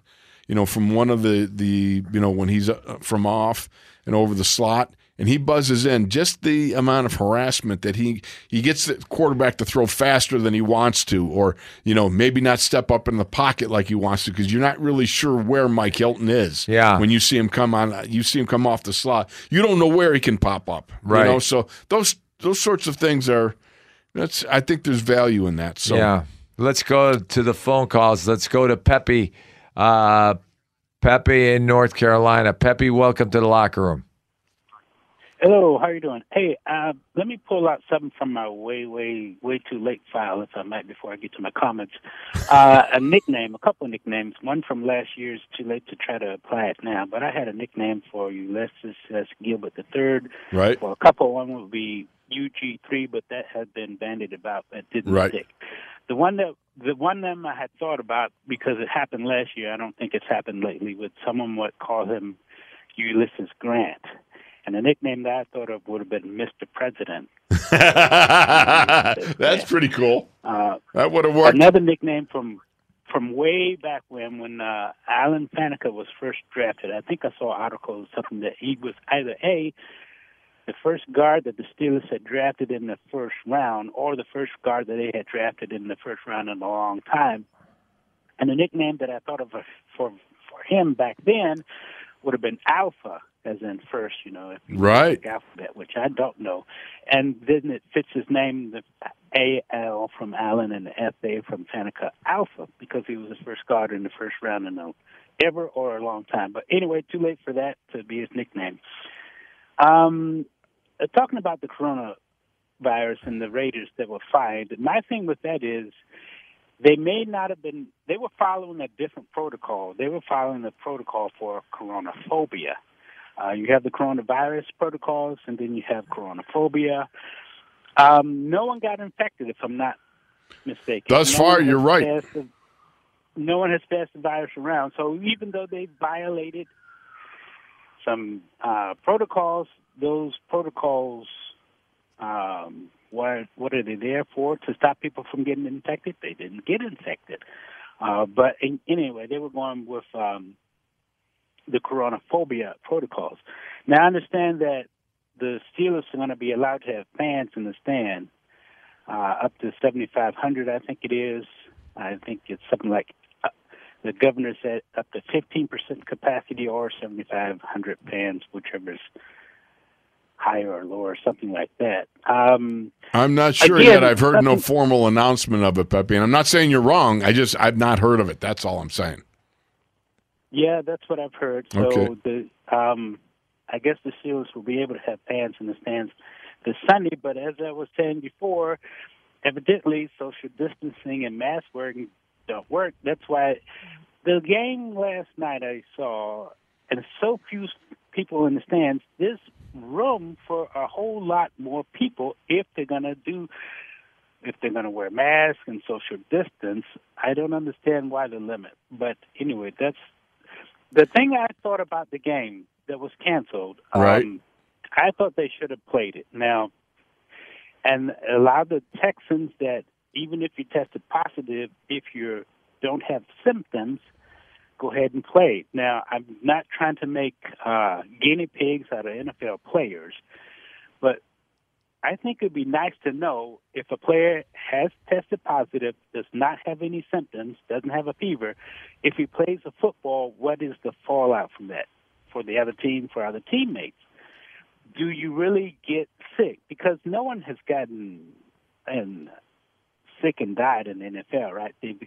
Speaker 3: you know, from one of the the you know when he's uh, from off and over the slot. And he buzzes in. Just the amount of harassment that he he gets the quarterback to throw faster than he wants to, or you know maybe not step up in the pocket like he wants to, because you're not really sure where Mike Hilton is.
Speaker 2: Yeah.
Speaker 3: When you see him come on, you see him come off the slot. You don't know where he can pop up.
Speaker 2: Right.
Speaker 3: You know, so those those sorts of things are. That's I think there's value in that. So
Speaker 2: Yeah. Let's go to the phone calls. Let's go to Pepe. Uh, Pepe in North Carolina. Pepe, welcome to the locker room.
Speaker 12: Hello, how you doing? Hey, uh, let me pull out something from my way, way, way too late file, if I might, before I get to my comments. Uh, a nickname, a couple of nicknames. One from last year's too late to try to apply it now, but I had a nickname for Ulysses S. Gilbert III.
Speaker 3: Right.
Speaker 12: Well, a couple one would be UG3, but that had been bandied about. That didn't
Speaker 3: Right.
Speaker 12: stick. The one that the one them I had thought about because it happened last year. I don't think it's happened lately. With someone would call him Ulysses Grant, and the nickname that I thought of would have been Mr. President.
Speaker 3: that's pretty cool.
Speaker 12: Uh,
Speaker 3: That would have worked.
Speaker 12: Another nickname from from way back when, when uh, Alan Faneca was first drafted. I think I saw an article something that he was either a the first guard that the Steelers had drafted in the first round, or the first guard that they had drafted in the first round in a long time. And the nickname that I thought of for for him back then would have been Alpha, as in first, you know, if you
Speaker 3: Right.
Speaker 12: the alphabet, which I don't know. And then it fits his name, the A L from Allen and the F A from Faneca Alpha, because he was the first guard in the first round in a ever or a long time. But anyway, too late for that to be his nickname. Um, uh, talking about the coronavirus and the Raiders that were fired, my thing with that is they may not have been, they were following a different protocol. They were following the protocol for coronaphobia. Uh, you have the coronavirus protocols, and then you have coronaphobia. Um, no one got infected, if I'm not mistaken.
Speaker 3: Thus
Speaker 12: No
Speaker 3: far,
Speaker 12: one has
Speaker 3: you're right.
Speaker 12: passed the- no one has passed the virus around. So even though they violated some uh, protocols, those protocols, um, what what are they there for? To stop people from getting infected? They didn't get infected. Uh, but in, anyway, they were going with um, the coronaphobia protocols. Now I understand that the Steelers are going to be allowed to have fans in the stand, uh, up to 7,500, I think it is. I think it's something like uh, the governor said up to 15% capacity or 7,500 fans, whichever is higher or lower, something like that. Um,
Speaker 3: I'm not sure
Speaker 12: Again,
Speaker 3: yet. I've heard no
Speaker 12: nothing-
Speaker 3: formal announcement of it, Pepe. And I'm not saying you're wrong. I just I've not heard of it. That's all I'm saying.
Speaker 12: Yeah, that's what I've heard. So
Speaker 3: Okay.
Speaker 12: the um I guess the Steelers will be able to have fans in the stands this Sunday, but as I was saying before, evidently social distancing and mask wearing don't work. That's why the game last night I saw and so few people in the stands, there's room for a whole lot more people if they're gonna do if they're going to wear masks and social distance, I don't understand why the limit. But anyway, that's the thing I thought about the game that was canceled.
Speaker 4: Right.
Speaker 12: Um, I thought they should have played it now and allow the Texans that even if you tested positive, if you don't have symptoms, go ahead and play. Now, I'm not trying to make uh, guinea pigs out of NFL players, but I think it'd be nice to know if a player has tested positive, does not have any symptoms, doesn't have a fever, if he plays a football, what is the fallout from that for the other team, for other teammates? Do you really get sick? Because no one has gotten and sick and died in the NFL, right? They've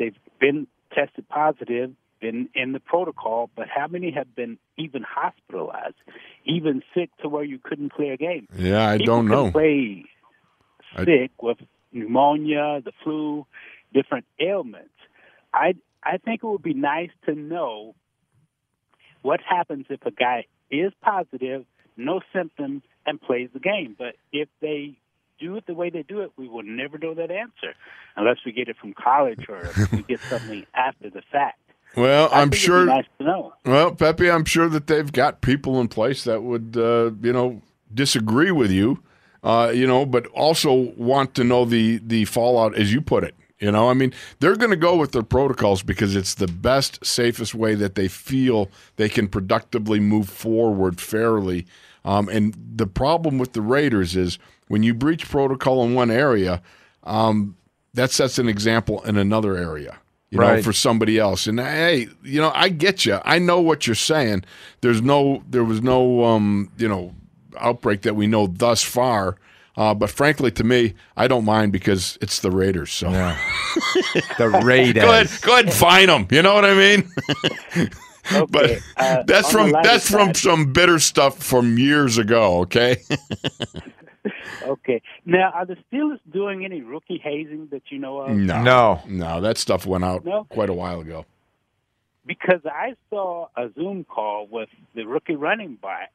Speaker 12: they've been tested positive, been in the protocol, but how many have been even hospitalized, even sick to where you couldn't play a game?
Speaker 3: Yeah, I
Speaker 12: People
Speaker 3: don't
Speaker 12: can
Speaker 3: know.
Speaker 12: Play
Speaker 3: I-
Speaker 12: sick with pneumonia, the flu, different ailments. I I think it would be nice to know what happens if a guy is positive, no symptoms, and plays the game. But if they do it the way they do it, we will never know that answer unless we get it from college or if we get something after the fact.
Speaker 3: Well,
Speaker 12: I
Speaker 3: I'm
Speaker 12: think it'd be
Speaker 3: sure.
Speaker 12: nice to know.
Speaker 3: Well, Pepe, I'm sure that they've got people in place that would, uh, you know, disagree with you, uh, you know, but also want to know the the fallout, as you put it. You know, I mean, they're going to go with their protocols because it's the best, safest way that they feel they can productively move forward fairly. Um, and the problem with the Raiders is when you breach protocol in one area, um, that sets an example in another area. You know,
Speaker 2: Right.
Speaker 3: for somebody else. And hey, you know, I get you. I know what you're saying. There's no, there was no, um, you know, outbreak that we know thus far. Uh, but frankly, to me, I don't mind because it's the Raiders. So
Speaker 2: the
Speaker 3: Raiders. Go ahead, go ahead and find them. You know what I mean? but
Speaker 12: uh,
Speaker 3: that's
Speaker 12: on the
Speaker 3: from
Speaker 12: lighter
Speaker 3: that's from some bitter stuff from years ago. Okay.
Speaker 12: Okay. Now, are the Steelers doing any rookie hazing that you know of?
Speaker 3: no, no, that stuff went out
Speaker 12: No?
Speaker 3: quite a while ago.
Speaker 12: Because I saw a Zoom call with the rookie running back,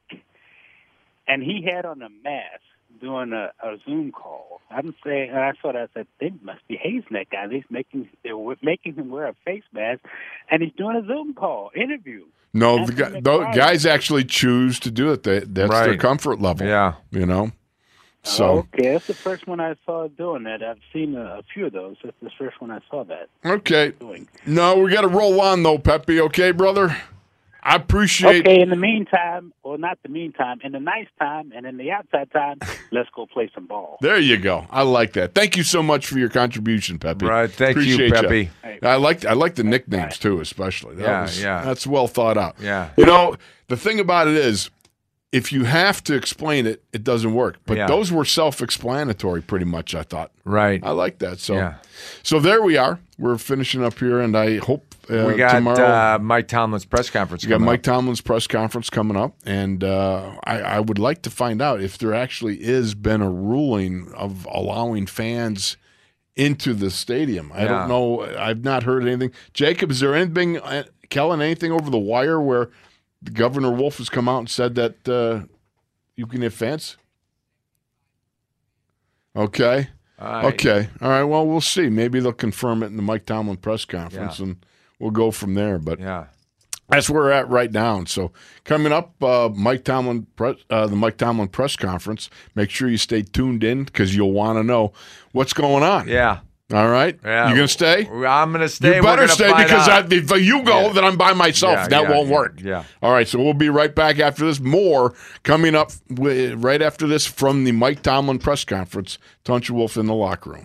Speaker 12: and he had on a mask doing a, a Zoom call. I'm saying, and I saw that. I said, they must be hazing that guy. They're making they're w- making him wear a face mask, and he's doing a Zoom call interview.
Speaker 3: No, the, guy, the guys actually choose to do it. They, that's their
Speaker 2: Right.
Speaker 3: comfort level. Yeah, you
Speaker 12: Oh,
Speaker 3: know. So
Speaker 12: Okay, that's the first one I saw doing that. I've seen a, a few of those. That's the first one I saw that.
Speaker 3: okay, no, we got to roll on though, Pepe. Okay, brother. I appreciate.
Speaker 12: Okay, in the meantime, or not the meantime, in the nice time and in the outside time, let's go play some ball.
Speaker 3: There you go. I like that. Thank you so much for your contribution, Pepe.
Speaker 2: Right. Thank you,
Speaker 3: Appreciate ya.
Speaker 2: Pepe.
Speaker 3: I like I like the nicknames too, especially. That
Speaker 2: Yeah,
Speaker 3: was-
Speaker 2: yeah.
Speaker 3: That's well thought out.
Speaker 2: Yeah.
Speaker 3: You know, the thing about it is, if you have to explain it, it doesn't work. But
Speaker 2: Yeah.
Speaker 3: those were self-explanatory, pretty much. I thought.
Speaker 2: Right.
Speaker 3: I like that. So,
Speaker 2: Yeah.
Speaker 3: so there we are. We're finishing up here, and I hope uh,
Speaker 2: we got
Speaker 3: tomorrow.
Speaker 2: uh, Mike Tomlin's press conference.
Speaker 3: You got
Speaker 2: coming
Speaker 3: Mike
Speaker 2: up.
Speaker 3: Tomlin's press conference coming up, and uh, I, I would like to find out if there actually is been a ruling of allowing fans into the stadium. I
Speaker 2: Yeah.
Speaker 3: don't know. I've not heard anything. Jacob, is there anything, uh, Kellen, anything over the wire where Governor Wolf has come out and said that uh, you can have fans? Okay.
Speaker 2: I-
Speaker 3: Okay. All right. Well, we'll see. Maybe they'll confirm it in the Mike Tomlin press conference,
Speaker 2: Yeah.
Speaker 3: and we'll go from there. But
Speaker 2: yeah.
Speaker 3: that's where we're at right now. And so coming up, uh, Mike Tomlin, press, uh, the Mike Tomlin press conference. Make sure you stay tuned in because you'll want to know what's going on.
Speaker 2: Yeah.
Speaker 3: All right.
Speaker 2: Yeah.
Speaker 3: You gonna stay?
Speaker 2: I'm gonna stay. We're
Speaker 3: You better
Speaker 2: gonna
Speaker 3: stay
Speaker 2: find
Speaker 3: because I,
Speaker 2: out.
Speaker 3: if you go, then I'm by myself.
Speaker 2: Yeah,
Speaker 3: that
Speaker 2: yeah,
Speaker 3: won't
Speaker 2: yeah,
Speaker 3: work.
Speaker 2: yeah.
Speaker 3: All right. So we'll be right back after this. More coming up wi- right after this from the Mike Tomlin press conference. Tunch Wolf in the locker room.